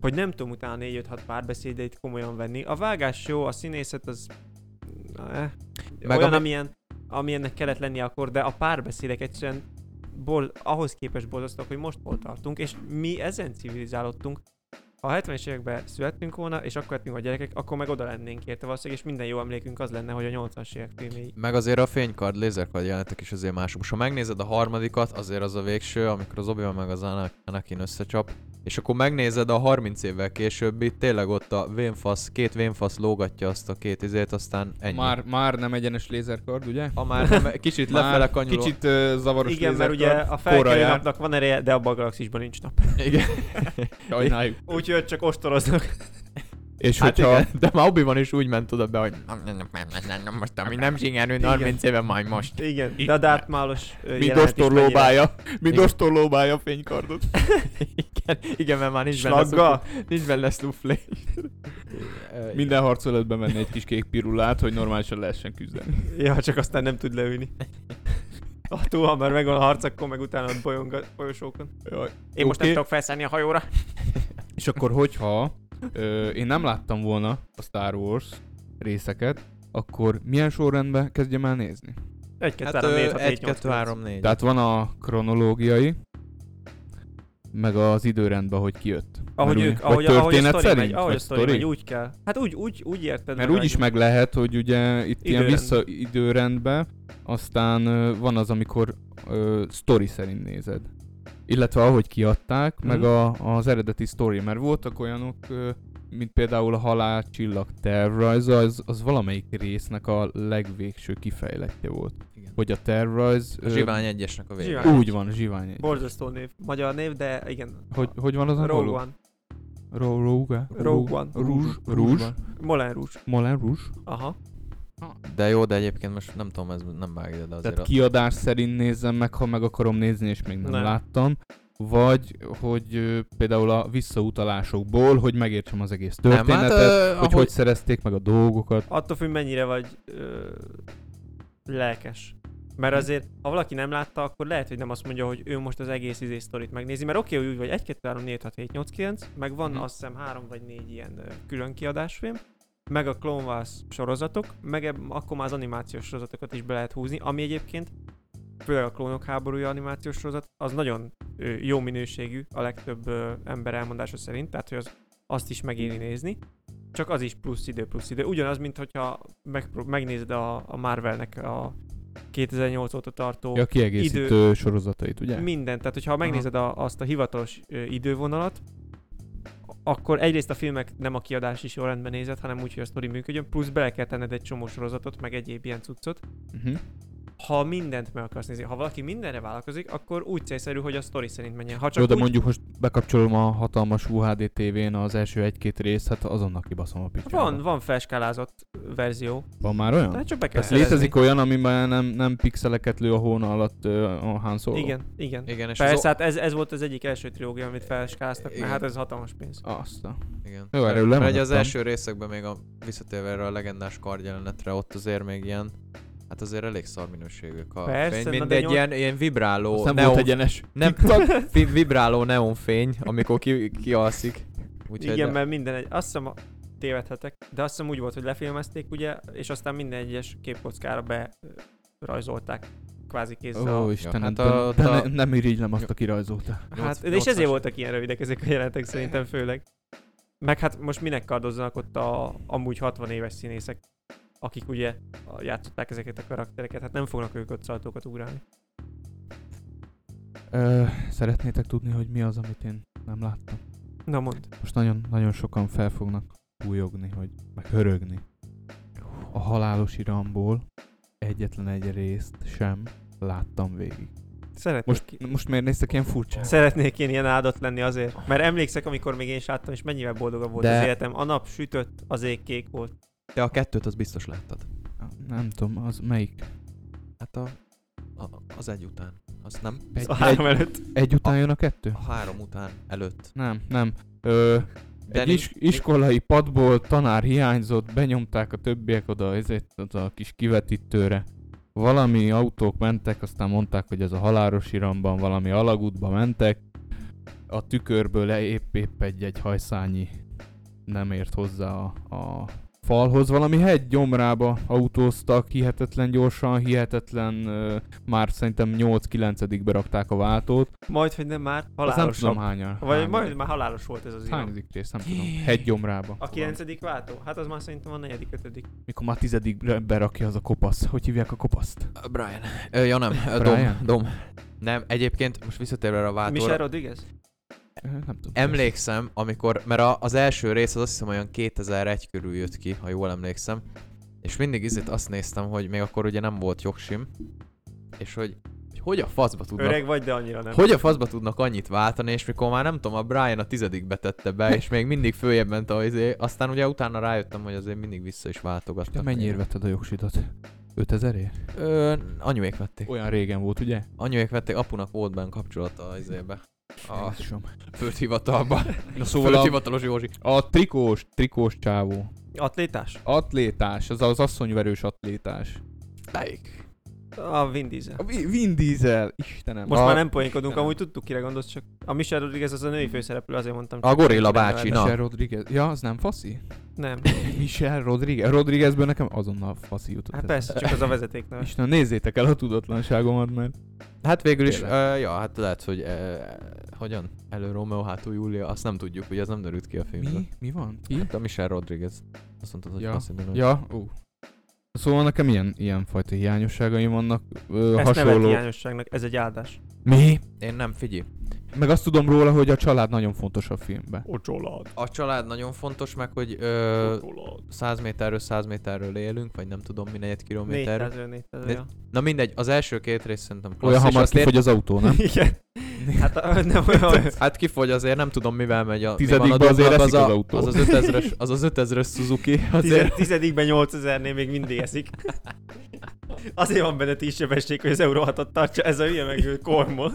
[SPEAKER 2] hogy nem tudom utána a 4-5-6 párbeszédeit komolyan venni. A vágás jó, a színészet az eh,
[SPEAKER 1] Meg
[SPEAKER 2] olyan,
[SPEAKER 1] ami-
[SPEAKER 2] amilyen, amilyennek kellett lennie akkor, de a párbeszédek egyszerűen bor, ahhoz képest borzasztók, hogy most hol tartunk, és mi ezen civilizálódtunk. Ha a 70-es években születtünk volna, és akkor lettünk a gyerekek, akkor meg oda lennénk érte valószínűleg, és minden jó emlékünk az lenne, hogy a 80-as évek filmjei.
[SPEAKER 1] Meg azért a fénykard, lézerkard jelentek is azért mások. És ha megnézed a harmadikat, azért az a végső, amikor az obi meg az Ana- Anakin összecsap, és akkor megnézed a 30 évvel későbbi, tényleg ott a vénfasz, két vénfasz lógatja azt a két izét, aztán ennyi.
[SPEAKER 3] Már, már nem egyenes lézerkard, ugye?
[SPEAKER 1] Ha már nem, kicsit
[SPEAKER 3] Már
[SPEAKER 1] lefele kanyuló.
[SPEAKER 3] Kicsit ö, zavaros
[SPEAKER 2] Igen, mert ugye
[SPEAKER 3] lézerkard.
[SPEAKER 2] a
[SPEAKER 3] korra
[SPEAKER 2] felkelő
[SPEAKER 3] jár.
[SPEAKER 2] napnak van ereje, de abban a galaxisban nincs nap.
[SPEAKER 1] Igen.
[SPEAKER 3] Sajnáljuk.
[SPEAKER 2] Úgyhogy csak ostoroznak.
[SPEAKER 3] És
[SPEAKER 1] Hát
[SPEAKER 3] hogyha...
[SPEAKER 1] igen, de már obi is úgy ment oda be, hogy most ami nem sikerült
[SPEAKER 2] Igen.
[SPEAKER 1] 30 éve, majd most.
[SPEAKER 2] Igen, de a Darth Maul-os ö,
[SPEAKER 1] Mi
[SPEAKER 2] jelenet is mennyire-
[SPEAKER 1] dostorlóbája, mi
[SPEAKER 2] Igen.
[SPEAKER 1] dostorlóbája a fénykardot. igen, igen, mert már nincs benne
[SPEAKER 2] Slagga?
[SPEAKER 1] szuflé- Nincs benne szluflé.
[SPEAKER 3] Minden harcolatban menne egy kis kék pirulát, hogy normálisan lehessen küzdeni.
[SPEAKER 2] Ja, csak aztán nem tud leülni. Ha túl hamar megvan a harc, akkor meg utána ott bolyong- folyosókon.
[SPEAKER 3] Jaj.
[SPEAKER 2] Én most nem
[SPEAKER 3] Oké.
[SPEAKER 2] tudok felszállni a hajóra.
[SPEAKER 3] És akkor hogyha ö, én nem láttam volna a Star Wars részeket, akkor milyen sorrendben kezdjem el nézni?
[SPEAKER 2] 1, 2,
[SPEAKER 1] Hát
[SPEAKER 2] 3, 4, 6,
[SPEAKER 1] 1,
[SPEAKER 2] 7, 8,
[SPEAKER 1] 2, 3, 4.
[SPEAKER 3] Tehát van a kronológiai, meg az időrendben, hogy ki jött.
[SPEAKER 2] Ahogy
[SPEAKER 3] Merülni.
[SPEAKER 2] ők,
[SPEAKER 3] Vagy
[SPEAKER 2] ahogy, ahogy a
[SPEAKER 3] történet
[SPEAKER 2] sztori
[SPEAKER 3] szerint?
[SPEAKER 2] megy, ahogy a
[SPEAKER 3] Vagy
[SPEAKER 2] sztori
[SPEAKER 3] sztori?
[SPEAKER 2] megy, úgy kell. Hát úgy, úgy, úgy érted
[SPEAKER 3] Mert
[SPEAKER 2] meg
[SPEAKER 3] úgy
[SPEAKER 2] annyi.
[SPEAKER 3] is meg lehet, hogy ugye itt ilyen
[SPEAKER 2] Időrend.
[SPEAKER 3] vissza időrendben, aztán ö, van az, amikor ö, story szerint nézed. Illetve ahogy kiadták,
[SPEAKER 2] Mhm.
[SPEAKER 3] meg a, az eredeti story, mert voltak olyanok, ö, mint például a halál csillag tervrajza, az, az valamelyik résznek a legvégső kifejletje volt.
[SPEAKER 1] Igen.
[SPEAKER 3] Hogy a tervrajz...
[SPEAKER 1] A Zsivány egyesnek a vége.
[SPEAKER 2] Zsivány.
[SPEAKER 3] Úgy van, zsivány.
[SPEAKER 2] Borzasztó név. Magyar név, de igen.
[SPEAKER 3] Hogy, hogy van az
[SPEAKER 2] Rogue
[SPEAKER 3] angolul?
[SPEAKER 2] One.
[SPEAKER 3] Ro- Rogue One.
[SPEAKER 2] Rogue One.
[SPEAKER 3] Rouge. Rouge.
[SPEAKER 2] Rouge. Moulin Rouge.
[SPEAKER 3] Moulin Rouge.
[SPEAKER 2] Aha.
[SPEAKER 1] De jó, de egyébként most nem tudom, ez nem vág ide, de azért
[SPEAKER 3] Tehát
[SPEAKER 1] a...
[SPEAKER 3] kiadás szerint nézzem meg, ha meg akarom nézni, és még nem,
[SPEAKER 2] Nem.
[SPEAKER 3] nem. láttam. Vagy, hogy ö, például a visszautalásokból, hogy megértsem az egész történetet, nem,
[SPEAKER 1] ö,
[SPEAKER 3] hát, hogy hogy szerezték meg a dolgokat.
[SPEAKER 2] Attól függ, mennyire vagy ö, lelkes. Mert azért, ha valaki nem látta, akkor lehet, hogy nem azt mondja, hogy ő most az egész izé sztorit megnézi. Mert oké, hogy úgy vagy 1, 2, 3, 4, 6, 7, 8, 9, meg van
[SPEAKER 3] Mhm.
[SPEAKER 2] azt hiszem 3 vagy 4 ilyen ö, külön kiadásfilm, meg a Clone Wars sorozatok, meg eb- akkor már az animációs sorozatokat is be lehet húzni, ami egyébként főleg a Klónok háborúja animációs sorozat, az nagyon ö, jó minőségű a legtöbb ö, ember elmondása szerint, tehát hogy az, azt is megéri nézni, csak az is plusz idő, plusz idő. Ugyanaz, mint hogyha megpró- megnézed a, a Marvelnek a 2008 óta tartó
[SPEAKER 3] Ja, kiegészítő idő. sorozatait, ugye? Mi?
[SPEAKER 2] minden. Tehát, hogyha megnézed a, azt a hivatalos ö, idővonalat, akkor egyrészt a filmek nem a kiadási sorrendben nézed, hanem úgy, hogy a sztori működjön, plusz bele kell tenned egy csomó sorozatot, meg egyéb ilyen cuccot.
[SPEAKER 3] Uh-huh.
[SPEAKER 2] Ha mindent meg akarsz nézni, ha valaki mindenre vállalkozik, akkor úgy célszerű, hogy a sztori szerint menjen. Ha
[SPEAKER 3] Jó,
[SPEAKER 2] csak
[SPEAKER 3] de
[SPEAKER 2] úgy,
[SPEAKER 3] mondjuk most bekapcsolom a hatalmas UHD TV-n az első egy-két részt, hát azonnal kibaszom a picsába.
[SPEAKER 2] van, van felskálázott verzió,
[SPEAKER 3] Van már olyan?
[SPEAKER 2] tehát csak be kell
[SPEAKER 3] Tehát
[SPEAKER 2] szerezni.
[SPEAKER 3] létezik olyan, amiben nem, nem pixeleket lő a hóna alatt ö, a Han Solo?
[SPEAKER 2] Igen, igen.
[SPEAKER 1] Igen, és
[SPEAKER 2] Persze,
[SPEAKER 1] az...
[SPEAKER 2] hát ez, ez volt az egyik első trilógia, amit felskáztak, mert
[SPEAKER 1] Igen.
[SPEAKER 2] hát ez hatalmas
[SPEAKER 3] <laughs>
[SPEAKER 2] pénz.
[SPEAKER 3] Azt a...
[SPEAKER 1] Igen.
[SPEAKER 3] Jó, erről
[SPEAKER 1] Mert ugye az
[SPEAKER 3] lemaradtam.
[SPEAKER 1] első részekben még a visszatérve erre a legendás kardjelenetre, ott azért még ilyen Hát azért elég szar minőségük a
[SPEAKER 2] Persze, na
[SPEAKER 1] fény,
[SPEAKER 2] de
[SPEAKER 1] mint egy
[SPEAKER 2] nyolc-
[SPEAKER 1] ilyen, ilyen vibráló,
[SPEAKER 3] Aztán
[SPEAKER 1] neon,
[SPEAKER 3] volt egyenes.
[SPEAKER 1] nem, <laughs> fi, vibráló neonfény, amikor ki, kialszik. Úgyhogy
[SPEAKER 2] <laughs> Igen,
[SPEAKER 1] de-
[SPEAKER 2] mert minden egy, azt hiszem, a- tévedhetek, de azt hiszem úgy volt, hogy lefilmezték, ugye, és aztán minden egyes képkockára be ö, rajzolták kvázi kézzel.
[SPEAKER 3] Ó,
[SPEAKER 2] Oh,
[SPEAKER 3] Istenem,
[SPEAKER 1] hát
[SPEAKER 3] hát
[SPEAKER 1] a-
[SPEAKER 3] a, de,
[SPEAKER 1] a-
[SPEAKER 3] ne, nem irigylem azt a kirajzót.
[SPEAKER 2] hát,
[SPEAKER 1] nyolc-
[SPEAKER 2] és
[SPEAKER 1] nyolcas.
[SPEAKER 2] ezért voltak ilyen rövidek ezek a jelentek szerintem főleg. Meg hát most minek kardozzanak ott a amúgy 60 éves színészek, akik ugye a- játszották ezeket a karaktereket, hát nem fognak ők ott szaltókat ugrálni.
[SPEAKER 3] Ö, szeretnétek tudni, hogy mi az, amit én nem láttam?
[SPEAKER 2] Na mondd.
[SPEAKER 3] Most nagyon-nagyon sokan fel fognak bújogni, hogy meg hörögni. A halálos iramból egyetlen egy részt sem láttam végig.
[SPEAKER 2] Szeretnék,
[SPEAKER 3] Most,
[SPEAKER 2] most...
[SPEAKER 3] most miért néztek ilyen furcsa?
[SPEAKER 2] szeretnék én ilyen áldott lenni azért, mert emlékszek, amikor még én is láttam, és mennyivel boldogabb volt
[SPEAKER 1] De-
[SPEAKER 2] De... az életem. A nap sütött, az ég kék volt.
[SPEAKER 1] Te a kettőt az biztos láttad.
[SPEAKER 3] Nem tudom, az melyik?
[SPEAKER 1] Hát a, a az egy után. Azt nem?
[SPEAKER 3] Egy,
[SPEAKER 2] A
[SPEAKER 3] egy,
[SPEAKER 2] három előtt.
[SPEAKER 3] egy után jön a kettő?
[SPEAKER 1] A három után előtt.
[SPEAKER 3] Nem, nem. Ö,
[SPEAKER 1] De
[SPEAKER 3] egy
[SPEAKER 1] nincs-
[SPEAKER 3] is, iskolai padból tanár hiányzott, benyomták a többiek oda, ezért oda a kis kivetítőre. Valami autók mentek, aztán mondták, hogy ez a halálos iramban, valami alagútba mentek. A tükörből e- épp-épp egy-egy hajszányi nem ért hozzá a, a falhoz. Valami hegy gyomrába autóztak, hihetetlen gyorsan, hihetetlen, ö, már szerintem 8-9 berakták a váltót.
[SPEAKER 2] Majd, hogy nem már
[SPEAKER 3] Azt nem
[SPEAKER 2] halálos.
[SPEAKER 3] tudom hányan.
[SPEAKER 2] Vagy
[SPEAKER 3] hányan.
[SPEAKER 2] majd már halálos volt ez az irány.
[SPEAKER 3] Hányadik rész, nem tudom. Hegygyomrába.
[SPEAKER 2] A kilencedik váltó? Hát az már szerintem a negyedik, ötödik.
[SPEAKER 3] Mikor már tizedik berakja az a kopasz. Hogy hívják a kopaszt?
[SPEAKER 1] Brian. Ö, ja nem, ö,
[SPEAKER 3] Brian?
[SPEAKER 1] Dom, Dom. Nem, egyébként most visszatérve erre a
[SPEAKER 2] Michel
[SPEAKER 1] váltóra.
[SPEAKER 2] Rodriguez?
[SPEAKER 3] Nem tudom.
[SPEAKER 1] Emlékszem, amikor, mert a, az első rész az azt hiszem olyan 2001 körül jött ki, ha jól emlékszem. És mindig izét azt néztem, hogy még akkor ugye nem volt jogsim. És hogy hogy hogy a faszba tudnak
[SPEAKER 2] Öreg vagy, de annyira nem.
[SPEAKER 1] Hogy a faszba tudnak annyit váltani, és mikor már nem tudom, a Brian a tizedikbe tette be, és még mindig följebb ment a izé, aztán ugye utána rájöttem, hogy azért mindig vissza is
[SPEAKER 3] Te
[SPEAKER 1] váltogattak.
[SPEAKER 3] mennyiért vetted a jogsidat? 5000 ért?
[SPEAKER 1] Ö, anyuék vették.
[SPEAKER 3] Olyan régen volt, ugye?
[SPEAKER 1] Anyuék vették, apunak volt benne kapcsolata az izébe. A
[SPEAKER 3] Jézusom.
[SPEAKER 1] földhivatalba.
[SPEAKER 3] Na szóval a,
[SPEAKER 1] Földhivatalos Józsi.
[SPEAKER 3] a trikós, trikós csávó.
[SPEAKER 2] Atlétás?
[SPEAKER 3] Atlétás, az az asszonyverős atlétás.
[SPEAKER 1] Melyik?
[SPEAKER 2] A Vin Diesel.
[SPEAKER 3] A Vi- Vin Diesel, Istenem.
[SPEAKER 2] Most
[SPEAKER 3] a,
[SPEAKER 2] már nem poénkodunk,
[SPEAKER 1] Istenem.
[SPEAKER 2] amúgy tudtuk, kire gondolsz, csak a Michelle Rodriguez az a női főszereplő, azért mondtam.
[SPEAKER 1] A
[SPEAKER 2] csak-
[SPEAKER 1] gorilla bácsi, na.
[SPEAKER 3] Michelle Rodriguez. Ja, az nem <laughs> faszi?
[SPEAKER 2] Nem.
[SPEAKER 3] Michelle Rodriguez. Rodriguezből nekem azonnal faszi jutott.
[SPEAKER 2] Hát
[SPEAKER 3] eszembe.
[SPEAKER 2] persze, csak az a vezetékneve.
[SPEAKER 3] Istenem, nézzétek el a tudatlanságomat, mert
[SPEAKER 1] Hát végül is,
[SPEAKER 3] Tényleg.
[SPEAKER 1] ö, ja, hát lehet, hogy ö, hogyan? Elő Romeo, hátul Júlia, azt nem tudjuk, hogy ez nem derült ki a filmből.
[SPEAKER 3] mi? Mi van? Ki?
[SPEAKER 1] Hát a Michelle Rodriguez. Azt mondtad, hogy
[SPEAKER 3] Ja.
[SPEAKER 1] faszi, de nem.
[SPEAKER 3] Ja, ó. Szóval nekem ilyen, ilyen fajta hiányosságaim vannak, ö,
[SPEAKER 2] Ezt hasonló. nevet
[SPEAKER 3] hasonló.
[SPEAKER 2] hiányosságnak, ez egy áldás.
[SPEAKER 3] Mi?
[SPEAKER 1] Én nem, figyelj.
[SPEAKER 3] Meg azt tudom róla, hogy a család nagyon fontos a filmben.
[SPEAKER 2] Ocsolad,
[SPEAKER 1] A család nagyon fontos, meg hogy ö,
[SPEAKER 2] ocsolad.
[SPEAKER 1] 100 méterről 100 méterről élünk, vagy nem tudom mi negyed kilométerről.
[SPEAKER 2] 400 400
[SPEAKER 1] De-
[SPEAKER 2] ja.
[SPEAKER 1] Na mindegy, az első két rész szerintem klassz,
[SPEAKER 3] Olyan
[SPEAKER 1] és
[SPEAKER 3] hamar
[SPEAKER 1] azt ér-
[SPEAKER 3] kifogy az autó, <laughs> nem?
[SPEAKER 2] <laughs> Igen. Hát a,
[SPEAKER 1] <laughs>
[SPEAKER 2] nem olyan.
[SPEAKER 1] Hát kifogy azért, nem tudom mivel megy a... mi
[SPEAKER 3] Tizedikbe
[SPEAKER 1] van a
[SPEAKER 3] azért
[SPEAKER 1] dolog, az,
[SPEAKER 3] eszik
[SPEAKER 1] a,
[SPEAKER 3] az autó. <laughs>
[SPEAKER 1] Az az 5000-es, az az 5000-es Suzuki,
[SPEAKER 2] Tized,
[SPEAKER 1] azért...
[SPEAKER 2] tizedikben 8000-nél még mindig
[SPEAKER 1] <laughs>
[SPEAKER 2] eszik. Azért van benne tíz sebesség, hogy az Euró 6 tartsa, ez a hülye meg ő
[SPEAKER 1] <laughs>
[SPEAKER 2] kormol.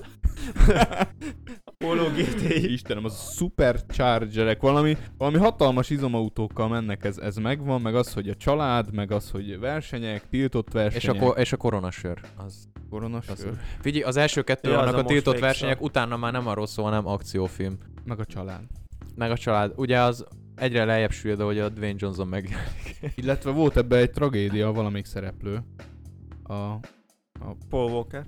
[SPEAKER 2] Polo GTI.
[SPEAKER 3] Istenem, az a superchargerek, valami, valami hatalmas izomautókkal mennek, ez, ez megvan, meg az, hogy a család, meg az, hogy versenyek, tiltott
[SPEAKER 1] És
[SPEAKER 3] versenyek.
[SPEAKER 1] a, ko- és a koronasör. Az.
[SPEAKER 3] koronas,
[SPEAKER 1] az-
[SPEAKER 3] ö,
[SPEAKER 1] Figyelj, az első kettő
[SPEAKER 2] Ja, az
[SPEAKER 1] annak
[SPEAKER 2] a
[SPEAKER 1] a,
[SPEAKER 2] most
[SPEAKER 1] tiltott
[SPEAKER 2] végszó.
[SPEAKER 1] versenyek, utána már nem arról szól, hanem akciófilm.
[SPEAKER 3] meg a család.
[SPEAKER 1] Meg a család. Ugye az egyre lejjebb süllyed, ahogy a Dwayne Johnson meg... <laughs>
[SPEAKER 3] Illetve volt ebbe egy tragédia valamelyik szereplő. A,
[SPEAKER 2] Paul Walker,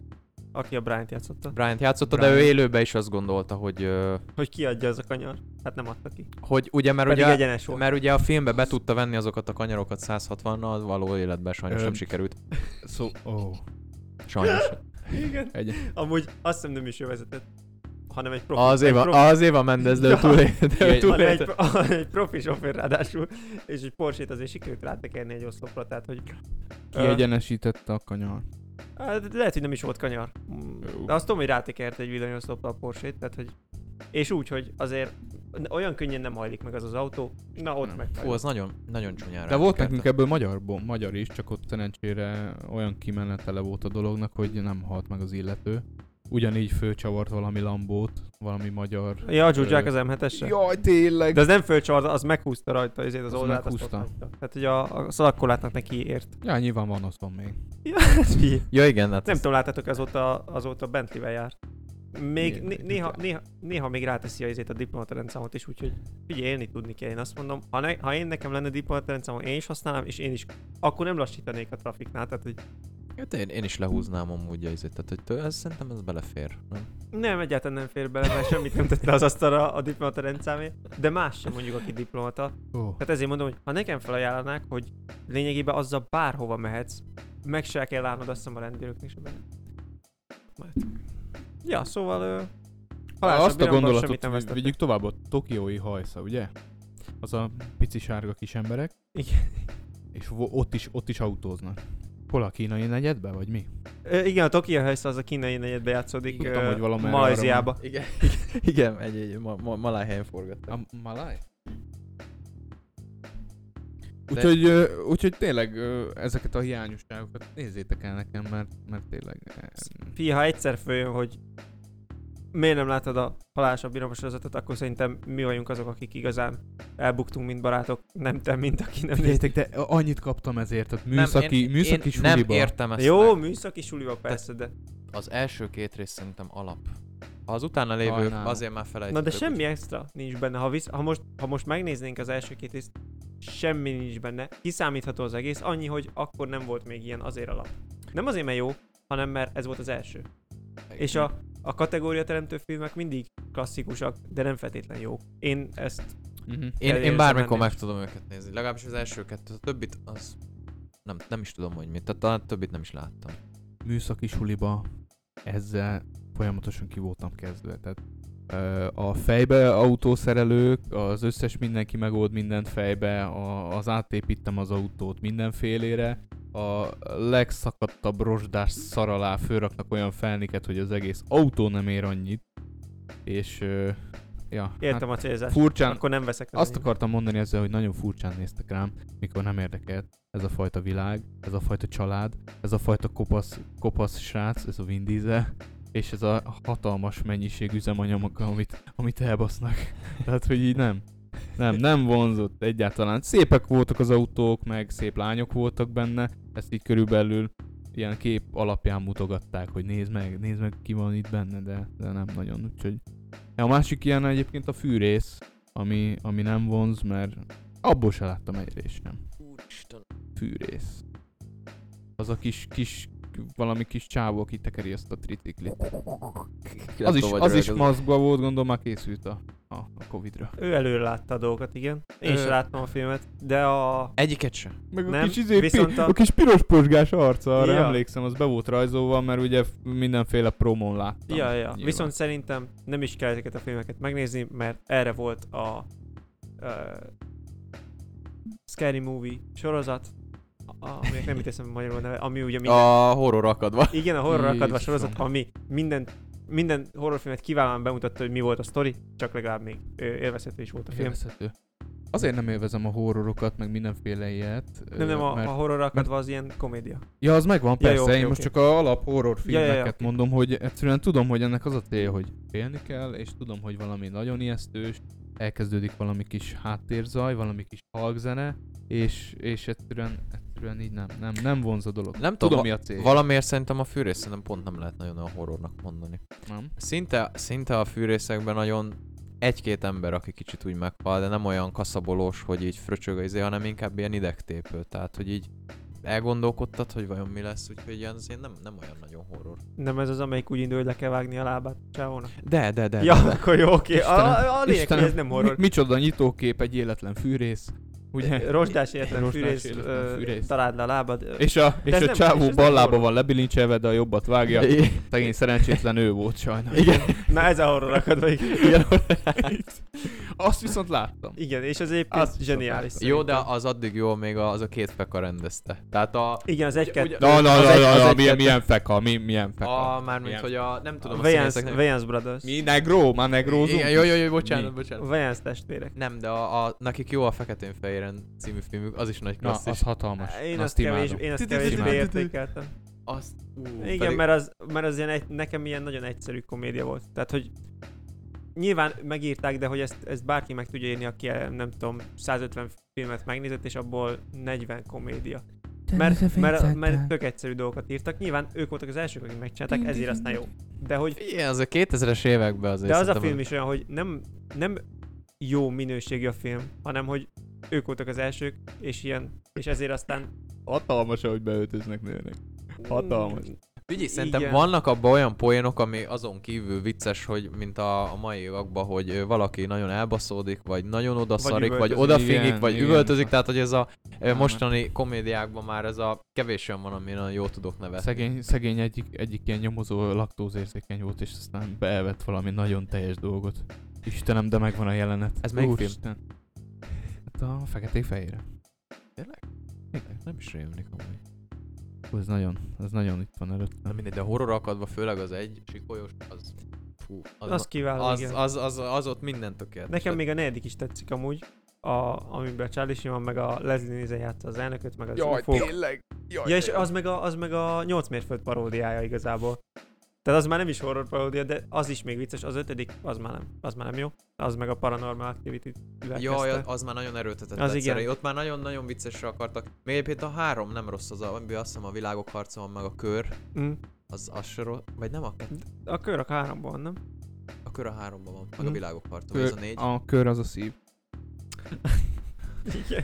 [SPEAKER 2] aki a Bryant játszotta.
[SPEAKER 1] Bryant játszotta, de
[SPEAKER 3] Bryant.
[SPEAKER 1] ő élőben is azt gondolta, hogy... ö,
[SPEAKER 2] Hogy kiadja az a kanyar? Hát nem adta ki.
[SPEAKER 1] Hogy ugye, mert
[SPEAKER 2] Pedig
[SPEAKER 1] ugye...
[SPEAKER 2] egyenes volt.
[SPEAKER 1] Mert ugye a filmbe be tudta venni azokat a kanyarokat 160-nal, való életben sajnos
[SPEAKER 3] Öm.
[SPEAKER 1] nem sikerült.
[SPEAKER 3] szó... Oh.
[SPEAKER 1] Sajnos.
[SPEAKER 2] Igen.
[SPEAKER 3] Egy,
[SPEAKER 2] Amúgy azt hiszem nem is ő vezetett, hanem egy profi.
[SPEAKER 1] Az
[SPEAKER 2] egy
[SPEAKER 1] Éva,
[SPEAKER 2] profi,
[SPEAKER 1] az Éva Mendes, de ő
[SPEAKER 2] Ja.
[SPEAKER 1] túlélte. de ő
[SPEAKER 3] Igen.
[SPEAKER 2] hanem egy,
[SPEAKER 1] túlélte.
[SPEAKER 2] pro- <laughs> hanem egy profi sofőr ráadásul, és egy Porsét azért sikerült rátekerni egy oszlopra, tehát hogy... Ö,
[SPEAKER 3] kiegyenesítette a kanyar.
[SPEAKER 2] hát lehet, hogy nem is volt kanyar. Mm, De azt tudom, hogy rátekert egy villanyoszlopra a Porsét, tehát hogy... És úgy, hogy azért olyan könnyen nem hajlik meg az az autó, na ott
[SPEAKER 3] Nem.
[SPEAKER 2] meg.
[SPEAKER 1] Fú, az nagyon, nagyon csúnyára.
[SPEAKER 3] De volt
[SPEAKER 1] elkerte.
[SPEAKER 3] nekünk ebből magyar, magyar is, csak ott szerencsére olyan kimenetele volt a dolognak, hogy nem halt meg az illető. Ugyanígy fölcsavart valami lambót, valami magyar...
[SPEAKER 2] Ja, a Zsuzsák
[SPEAKER 3] Ö,
[SPEAKER 2] az M7-esre.
[SPEAKER 3] Jaj, tényleg!
[SPEAKER 2] De az nem fölcsavarta, az meghúzta rajta ezért az,
[SPEAKER 3] Az
[SPEAKER 2] oldalát, azt ott
[SPEAKER 3] meghúzta.
[SPEAKER 2] hagyta. Tehát, hogy a, a szalakkolátnak neki ért.
[SPEAKER 3] Ja, nyilván van azon még.
[SPEAKER 2] Ja, ez figyelj.
[SPEAKER 1] Ja igen, hát
[SPEAKER 2] Nem
[SPEAKER 1] ez-
[SPEAKER 2] tudom, láttátok, azóta, azóta Bentley-vel jár. Még
[SPEAKER 3] Miért?
[SPEAKER 2] né-
[SPEAKER 3] Mit
[SPEAKER 2] néha,
[SPEAKER 3] jár?
[SPEAKER 2] néha, néha, még ráteszi a izét a diplomatarendszámot is, úgyhogy figyelj, élni tudni kell. Én azt mondom, ha, ne, ha én nekem lenne diplomatarendszámom, én is használnám, és én is, akkor nem lassítanék a trafiknál. Tehát, hogy
[SPEAKER 1] Hát én, én is lehúznám amúgy ezért, tehát hogy tő- ez szerintem ez belefér. Nem?
[SPEAKER 2] nem, egyáltalán nem fér bele, mert semmit nem tett le az asztalra a diplomatarendszámért, de más sem mondjuk, aki diplomata.
[SPEAKER 3] Oh.
[SPEAKER 2] Tehát Hát ezért mondom, hogy ha nekem felajánlanák, hogy lényegében azzal bárhova mehetsz, meg se kell állnod azt hiszem a rendőröknek se benne. Majd. Ja, szóval ö, halálosabb
[SPEAKER 3] Azt a
[SPEAKER 2] iramban semmit
[SPEAKER 3] gondolatot
[SPEAKER 2] nem
[SPEAKER 3] vi-
[SPEAKER 2] vesztettek.
[SPEAKER 3] vigyük tovább a tokiói hajsza, ugye? Az a pici sárga kis emberek.
[SPEAKER 2] Igen.
[SPEAKER 3] És vo- ott is, ott is autóznak. Hol a kínai negyedbe, vagy mi?
[SPEAKER 2] Ö, igen, a Tokyo House az a kínai negyedbe játszódik
[SPEAKER 3] Tudtam,
[SPEAKER 2] ö,
[SPEAKER 3] hogy valamerre arra
[SPEAKER 2] Malajziába.
[SPEAKER 1] Igen, <laughs> igen egy, egy ma, ma, maláj helyen forgattam.
[SPEAKER 3] A Malaj?
[SPEAKER 1] De-
[SPEAKER 3] Úgyhogy, ö, úgyhogy tényleg ö, ezeket a hiányosságokat nézzétek el nekem, mert, mert tényleg... eh,
[SPEAKER 2] Fi, ha egyszer följön, hogy miért nem látod a halálosabb iramban sorozatot, akkor szerintem mi vagyunk azok, akik igazán elbuktunk, mint barátok, nem te, mint aki nem nézte.
[SPEAKER 3] Nézzétek, de annyit kaptam ezért, tehát műszaki,
[SPEAKER 1] én,
[SPEAKER 3] műszaki
[SPEAKER 1] én nem
[SPEAKER 3] suliba.
[SPEAKER 1] értem ezt
[SPEAKER 2] Jó,
[SPEAKER 1] meg.
[SPEAKER 2] műszaki suliba persze, de...
[SPEAKER 1] Az első két rész szerintem alap. Az utána lévő
[SPEAKER 3] Sajnálom.
[SPEAKER 1] azért már
[SPEAKER 2] Na
[SPEAKER 1] felejtettek.
[SPEAKER 2] de semmi extra nincs benne. Ha, visz, ha, most, ha most megnéznénk az első két részt, semmi nincs benne. Kiszámítható az egész, annyi, hogy akkor nem volt még ilyen azért alap. Nem azért, mert jó, hanem mert ez volt az első. És a, a kategória teremtő filmek mindig klasszikusak, de nem feltétlen jók. Én ezt
[SPEAKER 3] Mhm.
[SPEAKER 1] Én, én
[SPEAKER 2] Elérzem
[SPEAKER 1] bármikor
[SPEAKER 2] ennél.
[SPEAKER 1] meg tudom őket nézni. Legalábbis az első kettőt, a többit az... Nem, nem is tudom, hogy mit. Tehát talán többit nem is láttam.
[SPEAKER 3] Műszaki suliba ezzel folyamatosan ki voltam kezdve, tehát ö, a fejbe autószerelők, az összes mindenki megold mindent fejbe, a, az átépítem az autót mindenfélére, a legszakadtabb rozsdás szar alá fölraknak olyan felniket, hogy az egész autó nem ér annyit. És, ö, ja, hát
[SPEAKER 2] Értem a célzást.
[SPEAKER 3] furcsán,
[SPEAKER 2] Akkor nem veszek.
[SPEAKER 3] azt akartam mondani ezzel, hogy nagyon furcsán néztek rám, mikor nem érdekelt ez a fajta világ, ez a fajta család, ez a fajta kopasz, kopasz srác, ez a Vin Diesel, és ez a hatalmas mennyiség üzemanyagok, amit, amit elbasznak. Tehát, hogy így nem. Nem, nem vonzott egyáltalán. Szépek voltak az autók, meg szép lányok voltak benne, ezt így körülbelül ilyen kép alapján mutogatták, hogy nézd meg, nézd meg ki van itt benne, de, de nem nagyon, úgyhogy... Ja, a másik ilyen egyébként a fűrész, ami, ami nem vonz, mert abból se láttam egyre is nem.
[SPEAKER 1] Úristen.
[SPEAKER 3] Fűrész. Az a kis, kis, valami kis csávó, aki tekeri ezt a triciklit. Az is, az is maszkba volt, gondolom már készült a, a, a Covid-ra.
[SPEAKER 2] Ő előre látta a dolgokat, igen. Én is
[SPEAKER 1] Ö.
[SPEAKER 2] láttam a filmet, de a...
[SPEAKER 1] Egyiket sem.
[SPEAKER 3] Meg a
[SPEAKER 2] Nem,
[SPEAKER 3] kis, izé,
[SPEAKER 2] viszont
[SPEAKER 3] pi,
[SPEAKER 2] a-
[SPEAKER 3] a... kis piros posgás arca, arra
[SPEAKER 2] Ja.
[SPEAKER 3] emlékszem, az be volt rajzolva, mert ugye f- mindenféle promon láttam.
[SPEAKER 2] Ja, ja.
[SPEAKER 3] nyilván.
[SPEAKER 2] Viszont szerintem nem is kell ezeket a filmeket megnézni, mert erre volt a uh, Scary Movie sorozat, a, aminek nem jut eszembe magyarul a neve, ami ugye minden,
[SPEAKER 1] A horror akadva.
[SPEAKER 2] Igen, a horror akadva
[SPEAKER 3] Jézusom.
[SPEAKER 2] sorozat, ami minden, minden horrorfilmet kiválóan bemutatta, hogy mi volt a sztori, csak legalább még ö, élvezhető is volt a film.
[SPEAKER 3] Élvezhető. Azért nem élvezem a horrorokat, meg mindenféle ilyet.
[SPEAKER 2] Nem, nem, a,
[SPEAKER 3] mert...
[SPEAKER 2] a horror akadva az ilyen komédia.
[SPEAKER 3] Ja, az megvan,
[SPEAKER 2] Ja,
[SPEAKER 3] persze.
[SPEAKER 2] jó,
[SPEAKER 3] én
[SPEAKER 2] oké,
[SPEAKER 3] most
[SPEAKER 2] oké.
[SPEAKER 3] csak a alap horror
[SPEAKER 2] Ja, ja, ja,
[SPEAKER 3] filmeket
[SPEAKER 2] oké.
[SPEAKER 3] mondom, hogy egyszerűen tudom, hogy ennek az a célja, hogy félni kell, és tudom, hogy valami nagyon ijesztős, elkezdődik valami kis háttérzaj, valami kis halkzene, és, és egyszerűen, egyszerűen így nem, nem, nem vonz a dolog.
[SPEAKER 1] Nem
[SPEAKER 3] Tudom,
[SPEAKER 1] tudom,
[SPEAKER 3] mi a cél.
[SPEAKER 1] Valamiért szerintem a fűrész szerintem pont nem lehet nagyon a horrornak mondani.
[SPEAKER 3] nem?
[SPEAKER 1] Szinte, szinte a fűrészekben nagyon egy-két ember, aki kicsit úgy meghal, de nem olyan kaszabolós, hogy így fröcsög az izé, hanem inkább ilyen idegtépő. Tehát, hogy így elgondolkodtad, hogy vajon mi lesz, úgyhogy ilyen azért nem, nem olyan nagyon horror.
[SPEAKER 2] Nem ez az, amelyik úgy indul, hogy le kell vágni a lábát csávónak.
[SPEAKER 1] De, de, de.
[SPEAKER 2] Ja,
[SPEAKER 1] de, de.
[SPEAKER 2] akkor jó, oké. A, a, a lényeg, hogy
[SPEAKER 3] Istenem,
[SPEAKER 2] ez nem horror. Eh,
[SPEAKER 3] Mi, micsoda nyitókép, egy életlen fűrész,
[SPEAKER 2] <laughs>
[SPEAKER 3] ugye?
[SPEAKER 2] Rostás életlen
[SPEAKER 3] Rozsdás
[SPEAKER 2] fűrész,
[SPEAKER 3] életlen
[SPEAKER 2] ö,
[SPEAKER 3] fűrész.
[SPEAKER 2] találd le a lábad. ö,
[SPEAKER 3] És a,
[SPEAKER 2] ez
[SPEAKER 3] és a
[SPEAKER 2] nem- és ez
[SPEAKER 3] csávó
[SPEAKER 2] nem
[SPEAKER 3] bal lába
[SPEAKER 2] horror.
[SPEAKER 3] van lebilincselve, de a jobbat
[SPEAKER 2] <laughs>
[SPEAKER 3] vágja. Szegény szerencsétlen ő volt sajnos.
[SPEAKER 1] Igen.
[SPEAKER 2] Na ez a horror akadva, igen.
[SPEAKER 3] <laughs> Igen. Azt viszont láttam.
[SPEAKER 2] Igen, és az egyébként
[SPEAKER 3] Azt is
[SPEAKER 2] zseniális.
[SPEAKER 1] Jó, de
[SPEAKER 2] szerintem.
[SPEAKER 1] az addig jó, még az a két feka rendezte. Tehát a...
[SPEAKER 2] Igen, az egy-kettő.
[SPEAKER 3] Na, na,
[SPEAKER 1] Az
[SPEAKER 3] na,
[SPEAKER 1] egy-
[SPEAKER 3] na,
[SPEAKER 1] az
[SPEAKER 3] na,
[SPEAKER 1] egy-
[SPEAKER 3] milyen, milyen feka, mi, milyen feka.
[SPEAKER 2] Ah,
[SPEAKER 1] A, mármint,
[SPEAKER 3] Ilyen.
[SPEAKER 1] hogy a... Nem tudom, a,
[SPEAKER 2] Vejans,
[SPEAKER 1] színészeknek-
[SPEAKER 2] Vejans Brothers.
[SPEAKER 3] Mi negró? Már negrózunk?
[SPEAKER 1] Igen, jó, jó, jó, bocsánat,
[SPEAKER 3] Mi?
[SPEAKER 1] bocsánat.
[SPEAKER 2] Vejans testvérek.
[SPEAKER 1] Nem, de a, a, nekik jó a Feketén Fehéren című filmük, az is nagy
[SPEAKER 3] Na,
[SPEAKER 1] klassz
[SPEAKER 3] az
[SPEAKER 1] is.
[SPEAKER 3] hatalmas.
[SPEAKER 2] Én azt,
[SPEAKER 3] azt
[SPEAKER 2] kevés,
[SPEAKER 3] imádom.
[SPEAKER 2] én azt
[SPEAKER 1] Imádom.
[SPEAKER 2] kevésbé
[SPEAKER 1] Imádom.
[SPEAKER 2] értékeltem.
[SPEAKER 1] Azt, ú,
[SPEAKER 2] Igen,
[SPEAKER 1] pedig-
[SPEAKER 2] mert az, mert az ilyen egy, nekem ilyen nagyon egyszerű komédia volt. Tehát, hogy nyilván megírták, de hogy ezt, ezt bárki meg tudja írni, aki nem tudom, 150 filmet megnézett, és abból 40 komédia. Mert, mert, mert tök egyszerű dolgokat írtak. Nyilván ők voltak az elsők, akik megcsinálták, ezért aztán jó. De hogy
[SPEAKER 1] Igen, az a 2000-es években azért
[SPEAKER 2] De az a
[SPEAKER 1] szerintem
[SPEAKER 2] film is olyan, hogy nem, nem jó minőségi a film, hanem hogy ők voltak az elsők, és ilyen, és ezért aztán...
[SPEAKER 3] Hatalmas, ahogy beöltöznek nőnek. Hatalmas.
[SPEAKER 1] Figyelj, szerintem
[SPEAKER 2] Igen.
[SPEAKER 1] vannak abban olyan poénok, ami azon kívül vicces, hogy mint a, a mai évakban, hogy ö, valaki nagyon elbaszódik, vagy nagyon odaszarik, vagy, vagy
[SPEAKER 2] üvöltözik.
[SPEAKER 1] odafingik,
[SPEAKER 3] Igen,
[SPEAKER 1] vagy
[SPEAKER 3] igen.
[SPEAKER 1] üvöltözik, tehát hogy ez a ö,
[SPEAKER 3] Aha.
[SPEAKER 1] mostani komédiákban már ez a kevés olyan van, amin nagyon jól tudok nevetni.
[SPEAKER 3] Szegény, szegény egyik, egyik ilyen nyomozó laktózérzékeny volt, és aztán beevett valami nagyon teljes dolgot. Istenem, de megvan a jelenet.
[SPEAKER 1] Ez melyik film?
[SPEAKER 3] Úristen. Hát a feketék-fehérre.
[SPEAKER 1] Tényleg? Nem is rémlik amúgy.
[SPEAKER 3] Hú, Ez nagyon, ez nagyon itt van előtt.
[SPEAKER 1] Na mindegy, de horror akadva, főleg az egy sikolyos, az... Fú,
[SPEAKER 2] Az,
[SPEAKER 1] az,
[SPEAKER 2] az kiváló,
[SPEAKER 1] az,
[SPEAKER 2] az,
[SPEAKER 1] az,
[SPEAKER 2] igen.
[SPEAKER 1] az, az, az, ott minden tökéletes.
[SPEAKER 2] Nekem még a negyedik is tetszik amúgy, a, amiben a Charlie Sheen van, meg a Leslie Nielsen játsza az elnököt, meg az Jaj,
[SPEAKER 4] tényleg? Jaj,
[SPEAKER 2] Ja, és az meg, a, az meg a 8 mérföld paródiája igazából. Tehát az már nem is horror paródia, de az is még vicces. Az ötödik, az már nem, az már nem jó. Az meg a Paranormal activity
[SPEAKER 1] Jaj, az- az már nagyon erőltetett
[SPEAKER 2] Az
[SPEAKER 1] az
[SPEAKER 2] igen.
[SPEAKER 1] Ott már nagyon-nagyon viccesre akartak. Még egyébként a három nem rossz az, a- amiben azt hiszem a világok harca van, meg a kör.
[SPEAKER 2] Mm.
[SPEAKER 1] Az, az se rossz, vagy nem a, kettő-
[SPEAKER 2] A kör a háromban, nem?
[SPEAKER 1] a kör a háromban van, meg a
[SPEAKER 2] Mhm.
[SPEAKER 1] világok harca, vagy ez a négy.
[SPEAKER 3] a Hm. kör az a szív.
[SPEAKER 2] Igen.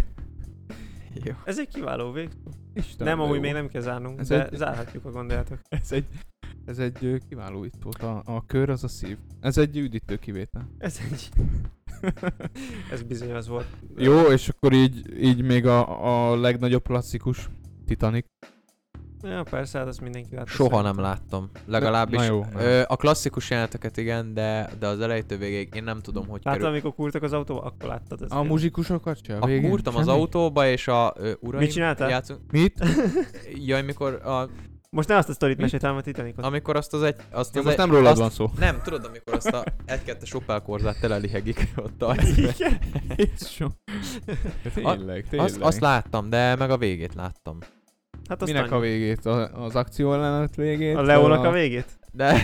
[SPEAKER 1] Jó.
[SPEAKER 2] Ez egy kiváló vég.
[SPEAKER 3] Istenem,
[SPEAKER 2] Nem,
[SPEAKER 3] de
[SPEAKER 2] amúgy
[SPEAKER 3] jó.
[SPEAKER 2] még nem kell zárnunk,
[SPEAKER 3] Ez
[SPEAKER 2] de
[SPEAKER 3] egy-
[SPEAKER 2] zárhatjuk, ha gondoljátok.
[SPEAKER 3] <laughs> Ez egy, ez egy ö, kiváló itt volt. A, a kör az a szív. Ez egy üdítő kivétel.
[SPEAKER 2] Ez egy... <laughs> Ez bizony az volt.
[SPEAKER 3] Jó, és akkor így, így még a, a legnagyobb klasszikus Titanic.
[SPEAKER 2] Ja, persze, hát azt mindenki látta.
[SPEAKER 1] Soha
[SPEAKER 2] szerintem.
[SPEAKER 1] nem láttam. Legalábbis
[SPEAKER 3] na jó, nem.
[SPEAKER 1] ö, a klasszikus jeleneteket igen, de, de az elejétől végéig én nem tudom, hogy
[SPEAKER 2] Látod,
[SPEAKER 1] kerül.
[SPEAKER 2] amikor kurtak az autóba, akkor láttad ezt.
[SPEAKER 3] A muzsikusokat se?
[SPEAKER 1] A
[SPEAKER 3] végén?
[SPEAKER 1] kurtam az
[SPEAKER 3] Semmi?
[SPEAKER 1] autóba, és a ö, uraim...
[SPEAKER 2] Mit csináltál?
[SPEAKER 1] Játszunk.
[SPEAKER 3] Mit?
[SPEAKER 1] Jaj, mikor,
[SPEAKER 2] <laughs>
[SPEAKER 1] a,
[SPEAKER 2] Most nem azt a sztorit
[SPEAKER 3] Mit?
[SPEAKER 2] meséltem, a Titanicot.
[SPEAKER 1] amikor azt az egy... Azt
[SPEAKER 3] Ja,
[SPEAKER 1] az
[SPEAKER 3] most
[SPEAKER 1] egy,
[SPEAKER 3] nem rólad
[SPEAKER 1] azt,
[SPEAKER 3] van <laughs> szó.
[SPEAKER 1] Nem, tudod, amikor azt a egy-kettes Opel korzát telelihegik
[SPEAKER 3] <laughs>
[SPEAKER 1] ott a...
[SPEAKER 2] Igen.
[SPEAKER 3] Tényleg, tényleg.
[SPEAKER 1] Azt, azt láttam, de meg a végét láttam.
[SPEAKER 2] Hát azt
[SPEAKER 3] Minek a
[SPEAKER 2] annyi.
[SPEAKER 3] végét? A, az akció ellenet végét?
[SPEAKER 2] A Leónak a végét?
[SPEAKER 1] De...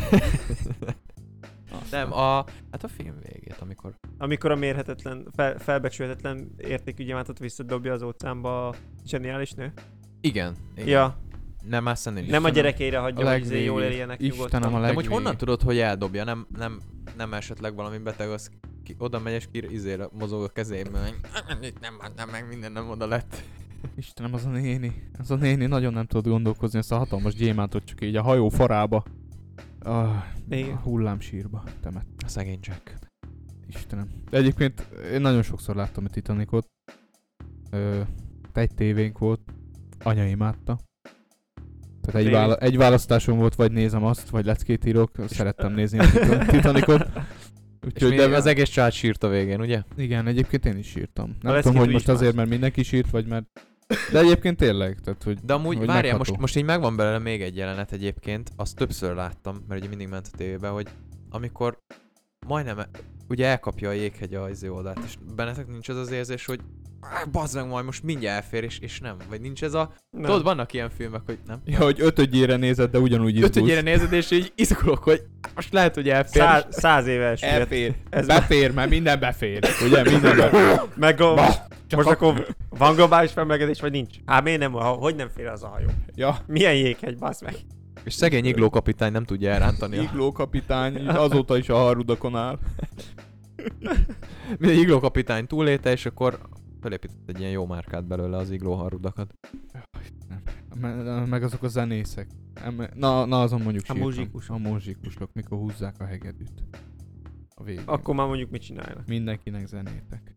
[SPEAKER 1] nem, a... Hát a film végét, amikor...
[SPEAKER 2] Amikor a mérhetetlen, fel, felbecsülhetetlen értékügyemátot visszadobja az óceánba a zseniális nő.
[SPEAKER 1] Igen. igen.
[SPEAKER 2] Ja,
[SPEAKER 1] Nem, már szerintem
[SPEAKER 2] nem a gyerekeire hagyja,
[SPEAKER 3] A
[SPEAKER 2] hogy izé jól
[SPEAKER 3] legvégét.
[SPEAKER 2] éljenek nyugodtan.
[SPEAKER 3] Istenem a
[SPEAKER 1] De
[SPEAKER 3] legvégét.
[SPEAKER 1] hogy honnan tudod, hogy eldobja? Nem, nem, nem esetleg valami beteg, az ki, oda megy és kír, izére mozog a kezében. Itt nem bántám meg, minden nem oda lett.
[SPEAKER 3] Istenem, az a néni. Az a néni nagyon nem tudott gondolkozni, ezt a hatalmas gyémántot csak így a hajó farába. A
[SPEAKER 2] Igen.
[SPEAKER 3] hullámsírba temet.
[SPEAKER 1] A szegény Jack.
[SPEAKER 3] Istenem. De egyébként én nagyon sokszor láttam a Titanicot. Ö, egy tévénk volt, anya imádta. Tehát egy,
[SPEAKER 2] Tévé?
[SPEAKER 3] vála- egy választásom volt, vagy nézem azt, vagy leckét írok, szerettem nézni a
[SPEAKER 1] <laughs>
[SPEAKER 3] Titan-
[SPEAKER 2] <laughs>
[SPEAKER 3] Titanicot.
[SPEAKER 1] És
[SPEAKER 3] Úgyhogy
[SPEAKER 1] mi,
[SPEAKER 3] de
[SPEAKER 1] az egész család sírt a végén, ugye?
[SPEAKER 3] Igen, egyébként én is írtam. Nem
[SPEAKER 2] lesz
[SPEAKER 3] tudom,
[SPEAKER 2] ki,
[SPEAKER 3] hogy
[SPEAKER 2] mi
[SPEAKER 3] most
[SPEAKER 2] is
[SPEAKER 3] azért,
[SPEAKER 2] más.
[SPEAKER 3] mert mindenki sírt, vagy mert... De egyébként tényleg, tehát hogy...
[SPEAKER 1] De amúgy,
[SPEAKER 3] Hogy
[SPEAKER 1] várjál,
[SPEAKER 3] megható.
[SPEAKER 1] most, most így megvan belőle még egy jelenet egyébként, azt többször láttam, mert ugye mindig ment a tévébe, hogy amikor majdnem, e- ugye elkapja a jéghegy a izé oldalt, és bennetek nincs az az érzés, hogy "Ah, bazd meg majd most mindjárt elfér, és, és nem. Vagy nincs ez a...
[SPEAKER 2] Nem.
[SPEAKER 1] Tudod, vannak ilyen filmek, hogy nem.
[SPEAKER 3] Ja, hogy ötödjére nézed, de ugyanúgy izgulsz.
[SPEAKER 1] Ötödjére nézed, és így izgulok, hogy most lehet, hogy elfér.
[SPEAKER 2] Száz, száz éves.
[SPEAKER 3] Elfér.
[SPEAKER 2] Ez
[SPEAKER 3] Ez befér, mert minden befér. Ugye, minden befér.
[SPEAKER 1] <laughs>
[SPEAKER 2] Meg a,
[SPEAKER 3] Bah,
[SPEAKER 2] most akkor van globális felmelegedés, vagy nincs? Hát miért nem, ha, hogy nem fér az a hajó?
[SPEAKER 3] Ja,
[SPEAKER 2] Milyen jéghegy, bassz meg.
[SPEAKER 1] És szegény igló kapitány nem tudja
[SPEAKER 3] <laughs>
[SPEAKER 1] elrántani. a-
[SPEAKER 3] Igló kapitány, így azóta is a harudakon áll.
[SPEAKER 1] Mindegy igló kapitány túléte, és akkor felépített egy ilyen jó márkát belőle az igló harudakat.
[SPEAKER 3] Me- Meg azok a zenészek. Em- Na, na azon mondjuk
[SPEAKER 2] A
[SPEAKER 3] sírtam.
[SPEAKER 2] muzsikusok.
[SPEAKER 3] A muzsikusok, mikor húzzák a hegedűt. A végén.
[SPEAKER 2] Akkor már mondjuk mit csinálnak.
[SPEAKER 3] Mindenkinek zenétek.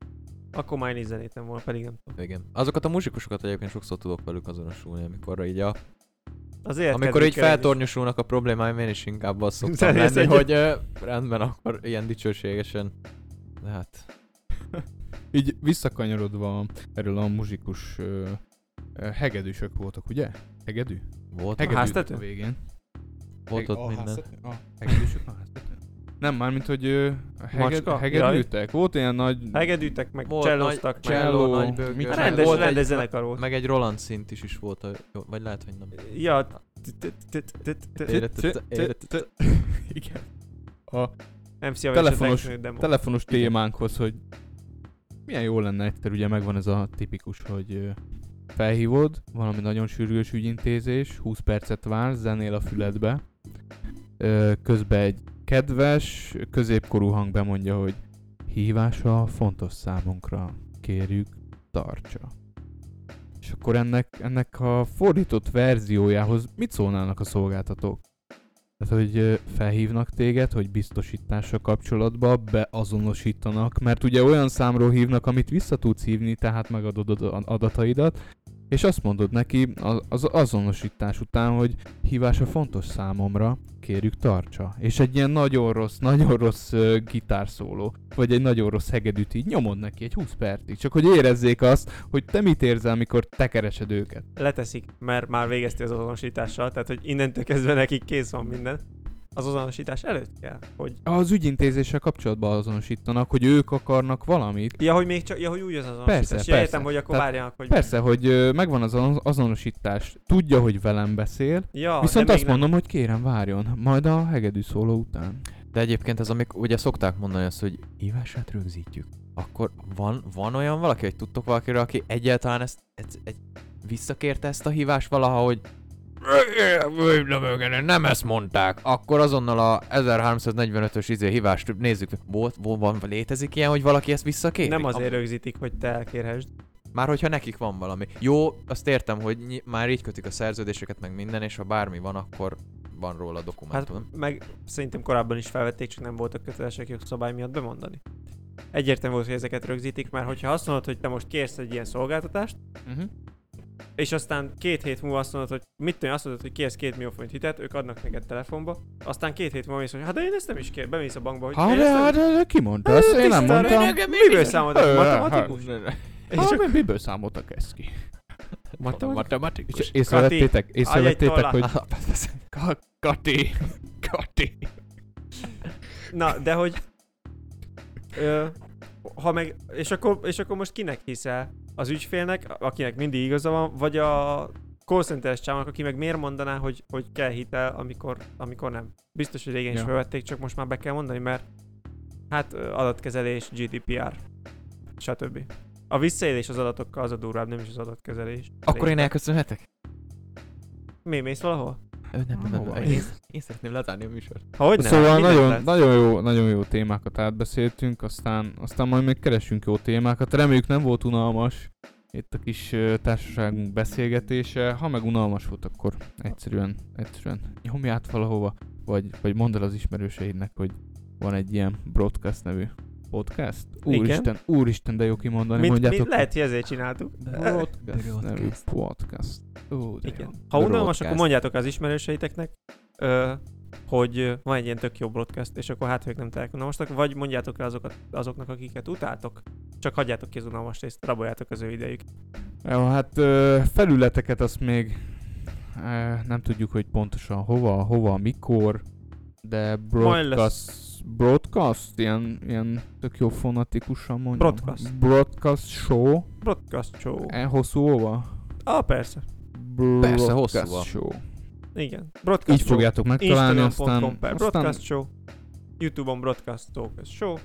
[SPEAKER 2] Akkor már én is zenétem volna, pedig nem tudom.
[SPEAKER 1] Igen. Azokat a muzsikusokat egyébként sokszor tudok velük azonosulni, amikor így a
[SPEAKER 2] Azért
[SPEAKER 1] Amikor így
[SPEAKER 2] <laughs>
[SPEAKER 1] feltornyosulnak a problémáim, én is inkább azt szoktam
[SPEAKER 2] Zenész
[SPEAKER 1] lenni,
[SPEAKER 2] egyet.
[SPEAKER 1] hogy ö, rendben, akkor ilyen dicsőségesen. De hát,
[SPEAKER 3] Így visszakanyarodva erről a muzsikus ö, ö, hegedűsök voltak, ugye? Hegedű?
[SPEAKER 1] volt,
[SPEAKER 3] Hegedű
[SPEAKER 2] háztető?
[SPEAKER 3] a végén.
[SPEAKER 1] volt
[SPEAKER 3] Heg-
[SPEAKER 1] ott
[SPEAKER 3] a
[SPEAKER 1] minden.
[SPEAKER 3] háztető- A hegedűsök a háztető. Nem, mármint, hogy ö, heged,
[SPEAKER 2] Macska?
[SPEAKER 3] hegedűtek. Volt ilyen nagy...
[SPEAKER 2] Hegedűtek, meg
[SPEAKER 1] Volt
[SPEAKER 2] cselloztak,
[SPEAKER 1] nagy-
[SPEAKER 2] meg...
[SPEAKER 1] cselló,
[SPEAKER 3] Cselló,
[SPEAKER 1] nagy bőgő.
[SPEAKER 3] mit
[SPEAKER 2] Hát
[SPEAKER 3] csinál-
[SPEAKER 2] Rendes,
[SPEAKER 1] Volt egy-
[SPEAKER 2] rendes zenekar volt.
[SPEAKER 1] Meg egy Roland szint is is volt, a, jó, vagy lehet, hogy nem.
[SPEAKER 2] Ja, t- t- t- t- t- t-
[SPEAKER 3] <laughs> Igen. A
[SPEAKER 2] MC a
[SPEAKER 3] Telefonos-
[SPEAKER 2] Telefonos. Demo.
[SPEAKER 3] telefonos témánkhoz, hogy milyen jó lenne egyszer, ugye megvan ez a tipikus, hogy ö, felhívod, valami nagyon sürgős ügyintézés, 20 percet vársz, zenél a füledbe, ö, közben egy kedves, középkorú hang bemondja, hogy hívása fontos számunkra, kérjük, tartsa. És akkor ennek, ennek a fordított verziójához mit szólnának a szolgáltatók? Tehát, hogy ö, felhívnak téged, hogy biztosítása kapcsolatba beazonosítanak, mert ugye olyan számról hívnak, amit vissza tudsz hívni, tehát megadod ad- adataidat, és azt mondod neki a- az azonosítás után, hogy hívása fontos számomra, kérjük tartsa. És egy ilyen nagyon rossz, nagyon rossz ö, gitárszóló, vagy egy nagyon rossz hegedűt így nyomod neki egy 20 percig, csak hogy érezzék azt, hogy te mit érzel, mikor te keresed őket.
[SPEAKER 2] Leteszik, mert már végezti az azonosítással, tehát hogy innentől kezdve nekik kész van minden. Az azonosítás előtt kell, hogy...
[SPEAKER 3] Az ügyintézéssel kapcsolatban azonosítanak, hogy ők akarnak valamit,
[SPEAKER 2] Ja, hogy még csak, ja, hogy úgy az azonosítás.
[SPEAKER 3] Persze,
[SPEAKER 2] ja,
[SPEAKER 3] persze.
[SPEAKER 2] értem, hogy akkor
[SPEAKER 3] Tehát-
[SPEAKER 2] várjanak, hogy...
[SPEAKER 3] Persze, hogy ö, megvan az az- azonosítás, tudja, hogy velem beszél,
[SPEAKER 2] Ja, de
[SPEAKER 3] viszont
[SPEAKER 2] még
[SPEAKER 3] azt
[SPEAKER 2] Ah, nem.
[SPEAKER 3] mondom, hogy kérem, várjon, majd a hegedű szóló után.
[SPEAKER 1] De egyébként ez, amik ugye szokták mondani azt, hogy hívását rögzítjük. Akkor van, van olyan valaki, hogy tudtok valakiről, aki egyáltalán ezt, egy, egy, visszakérte ezt a hívást valaha, hogy
[SPEAKER 4] Nem ezt mondták.
[SPEAKER 1] akkor azonnal a 1345-ös izé hívást nézzük. Volt, volt, van, létezik ilyen, hogy valaki ezt visszakéri?
[SPEAKER 2] Nem azért
[SPEAKER 1] Am-
[SPEAKER 2] rögzítik, hogy te elkérhesd.
[SPEAKER 1] Már hogyha nekik van valami. Jó, azt értem, hogy ny- már így kötik a szerződéseket, meg minden, és ha bármi van, akkor van róla
[SPEAKER 2] Hát
[SPEAKER 1] dokumentum.
[SPEAKER 2] meg szerintem korábban is felvették, csak nem voltak kötelesek jogszabály miatt bemondani. Egyértelmű volt, hogy ezeket rögzítik, mert hogyha azt mondod, hogy te most kérsz egy ilyen szolgáltatást,
[SPEAKER 3] Uh-huh.
[SPEAKER 2] és aztán két hét múlva azt mondod, hogy mit tudom, én, azt mondod, hogy kihez két millió forint hitet, ők adnak neked telefonba, aztán két hét múlva mész, hogy hát de én ezt nem is kér, bemész a bankba, hogy
[SPEAKER 3] Hát,
[SPEAKER 2] én ezt
[SPEAKER 3] de,
[SPEAKER 2] nem-
[SPEAKER 3] hát, de, de, ki mondta ezt? Én nem
[SPEAKER 2] tisztára,
[SPEAKER 3] mondtam.
[SPEAKER 2] én engem Miből számoltak?
[SPEAKER 3] Ö, hát-
[SPEAKER 2] Matematikus?
[SPEAKER 3] És csak... miből számoltak ezt ki?
[SPEAKER 2] Hát, Matematikus?
[SPEAKER 4] Matematikus.
[SPEAKER 3] És észrevettétek, észrevettétek,
[SPEAKER 2] tollát.
[SPEAKER 3] hogy
[SPEAKER 4] Ka- Kati. Kati.
[SPEAKER 2] Na, de hogy... Ö, ha meg, és, akkor, és akkor most kinek hiszel? Az ügyfélnek, akinek mindig igaza van, vagy a call centeres csávnak, aki meg miért mondaná, hogy, hogy kell hitel, amikor, amikor nem. Biztos, hogy régen is
[SPEAKER 3] Ja.
[SPEAKER 2] felvették, csak most már be kell mondani, mert hát ö, adatkezelés, GDPR, stb. A visszaélés az adatokkal az a durvább, nem is az adatkezelés.
[SPEAKER 1] Akkor én elköszönhetek?
[SPEAKER 2] Mi, mész valahol?
[SPEAKER 1] Ö, nem, nem, nem,
[SPEAKER 3] Hova?
[SPEAKER 1] nem. Én, én szeretném lezárni a műsort.
[SPEAKER 2] Ha hogy nem,
[SPEAKER 3] Szóval
[SPEAKER 2] mindent
[SPEAKER 3] nagyon,
[SPEAKER 2] lehet.
[SPEAKER 3] nagyon, jó, nagyon jó témákat átbeszéltünk, aztán, aztán majd még keresünk jó témákat. Reméljük nem volt unalmas itt a kis ö, társaságunk beszélgetése. Ha meg unalmas volt, akkor egyszerűen, egyszerűen nyomj át valahova, vagy, vagy mondd el az ismerőseidnek, hogy van egy ilyen broadcast nevű podcast.
[SPEAKER 2] Igen.
[SPEAKER 3] Úristen, úristen, de jó kimondani,
[SPEAKER 2] Mit,
[SPEAKER 3] mondjátok.
[SPEAKER 2] mit lehet, hogy ezért csináltuk.
[SPEAKER 3] Broadcast nevű podcast. Ó, de jó.
[SPEAKER 2] Igen. Ha unalmas, akkor
[SPEAKER 3] Broadcast.
[SPEAKER 2] mondjátok az ismerőseiteknek, ö, hogy ö, van egy ilyen tök jó broadcast, és akkor hát ők nem telekonomostak, vagy mondjátok el azokat, azoknak, akiket utáltok, csak hagyjátok ki az unalmas részt, raboljátok az ő idejük.
[SPEAKER 3] Jó, hát ö, felületeket azt még ö, nem tudjuk, hogy pontosan hova, hova, mikor, de broadcast, broadcast ilyen, ilyen tök jó fonatikusan mondjam.
[SPEAKER 2] Broadcast.
[SPEAKER 3] Broadcast show,
[SPEAKER 2] Broadcast show.
[SPEAKER 3] e, hosszú óva?
[SPEAKER 2] Ah, persze.
[SPEAKER 3] Broadcast
[SPEAKER 1] hosszúval.
[SPEAKER 3] show.
[SPEAKER 2] Igen. Broadcast
[SPEAKER 3] Így
[SPEAKER 2] show.
[SPEAKER 3] fogjátok megtalálni, aztán,
[SPEAKER 2] Instagram.com per
[SPEAKER 3] aztán
[SPEAKER 2] broadcast show. Youtube-on broadcast show. show.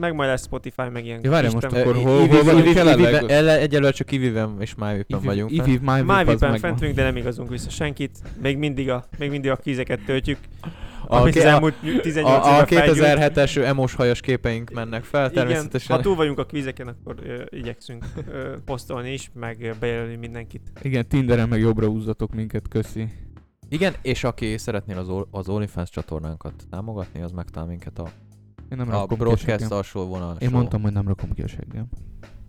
[SPEAKER 2] Meg majd lesz Spotify, meg ilyen
[SPEAKER 3] Ja, várjál,
[SPEAKER 2] Isten-
[SPEAKER 3] most akkor hol- hol vagyunk jelenleg?
[SPEAKER 1] Egyelőre csak Ivivem és MyVip-en vagyunk. fent.
[SPEAKER 3] Ivi, My Vip az
[SPEAKER 2] Májvipen
[SPEAKER 3] megvan.
[SPEAKER 2] fent vagyunk, de nem igazunk vissza senkit. Még mindig a, még mindig a krízeket töltjük.
[SPEAKER 1] A-
[SPEAKER 2] Amit az
[SPEAKER 1] a-
[SPEAKER 2] elmúlt nyú- 18
[SPEAKER 1] a, a
[SPEAKER 2] évben felgyújt.
[SPEAKER 1] 2007-es emos hajas képeink mennek fel, természetesen.
[SPEAKER 2] Igen, ha túl vagyunk a kvízeken, akkor ö, igyekszünk ö, posztolni is, meg ö, bejelölni mindenkit.
[SPEAKER 3] Igen, Tinderen meg jobbra húzzatok minket, köszi.
[SPEAKER 1] Igen, és aki szeretné az, O- az OnlyFans csatornánkat támogatni, az megtalál minket a,
[SPEAKER 3] Én nem
[SPEAKER 1] a
[SPEAKER 3] rakom ki a
[SPEAKER 1] broadcast
[SPEAKER 3] seggem.
[SPEAKER 1] alsó vonal.
[SPEAKER 3] Én mondtam, hogy nem rakom ki a seggem.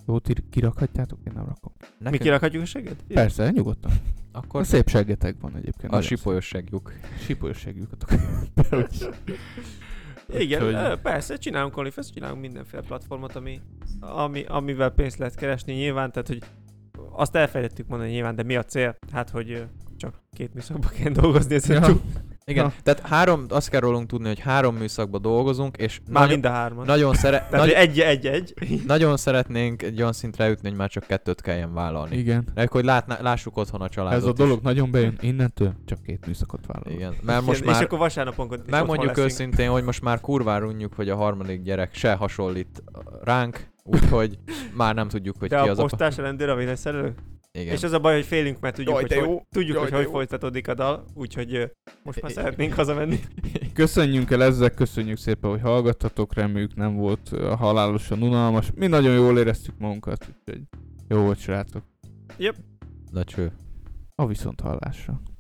[SPEAKER 3] Jó, ti kirakhatjátok? Én nem rakom.
[SPEAKER 2] Mi
[SPEAKER 1] Nekünk,
[SPEAKER 2] kirakhatjuk a segget?
[SPEAKER 3] Persze, nyugodtan.
[SPEAKER 1] akkor
[SPEAKER 3] Akkor szép seggetek van egyébként.
[SPEAKER 1] a sipolyos segjük.
[SPEAKER 3] sipolyos segjüket
[SPEAKER 2] Igen,
[SPEAKER 3] Úgyhogy-
[SPEAKER 2] ö, persze, csinálunk OnlyFans, csinálunk mindenféle platformot, ami, ami, amivel pénzt lehet keresni nyilván, tehát hogy azt elfelejtettük mondani nyilván, de mi a cél? Hát, hogy ö, csak két műszakban kell dolgozni, ez
[SPEAKER 3] Ja.
[SPEAKER 2] ja.
[SPEAKER 1] Igen,
[SPEAKER 3] Na.
[SPEAKER 1] tehát három, azt kell rólunk tudni, hogy három műszakban dolgozunk, és
[SPEAKER 2] Már
[SPEAKER 1] nagyon,
[SPEAKER 2] mind a hárman.
[SPEAKER 1] nagyon, szere,
[SPEAKER 2] tehát,
[SPEAKER 1] nagy,
[SPEAKER 2] hogy egy, egy, egy.
[SPEAKER 1] nagyon szeretnénk egy olyan szintre jutni, hogy már csak kettőt kelljen vállalni.
[SPEAKER 3] Igen.
[SPEAKER 1] Meg, hogy látná, lássuk otthon a családot
[SPEAKER 3] Ez a
[SPEAKER 1] is.
[SPEAKER 3] dolog nagyon bejön, innentől csak két műszakot vállal.
[SPEAKER 1] Igen, mert Hát most
[SPEAKER 2] Igen,
[SPEAKER 1] már...
[SPEAKER 2] És akkor vasárnaponként is
[SPEAKER 1] Megmondjuk
[SPEAKER 2] otthon leszünk.
[SPEAKER 1] őszintén, hogy most már kurvára unjuk, hogy a harmadik gyerek se hasonlít ránk,
[SPEAKER 2] <laughs>
[SPEAKER 1] úgyhogy már nem tudjuk, hogy
[SPEAKER 2] De
[SPEAKER 1] ki
[SPEAKER 2] a
[SPEAKER 1] az apa.
[SPEAKER 2] postás rendőr, a vénszerelő?
[SPEAKER 1] Igen.
[SPEAKER 2] És az a baj, hogy félünk, mert tudjuk,
[SPEAKER 4] Jaj,
[SPEAKER 2] hogy,
[SPEAKER 4] de jó.
[SPEAKER 2] hogy, tudjuk,
[SPEAKER 4] Jaj,
[SPEAKER 2] hogy,
[SPEAKER 4] de
[SPEAKER 2] hogy
[SPEAKER 4] jó.
[SPEAKER 2] folytatódik a dal, úgyhogy ö, most már szeretnénk hazamenni.
[SPEAKER 3] Köszönjünk el ezzel, köszönjük szépen, hogy hallgattatok, reméljük nem volt ö, halálosan unalmas. Mi nagyon jól éreztük magunkat, úgyhogy jó volt, srácok.
[SPEAKER 1] Na cső.
[SPEAKER 3] A viszont hallásra.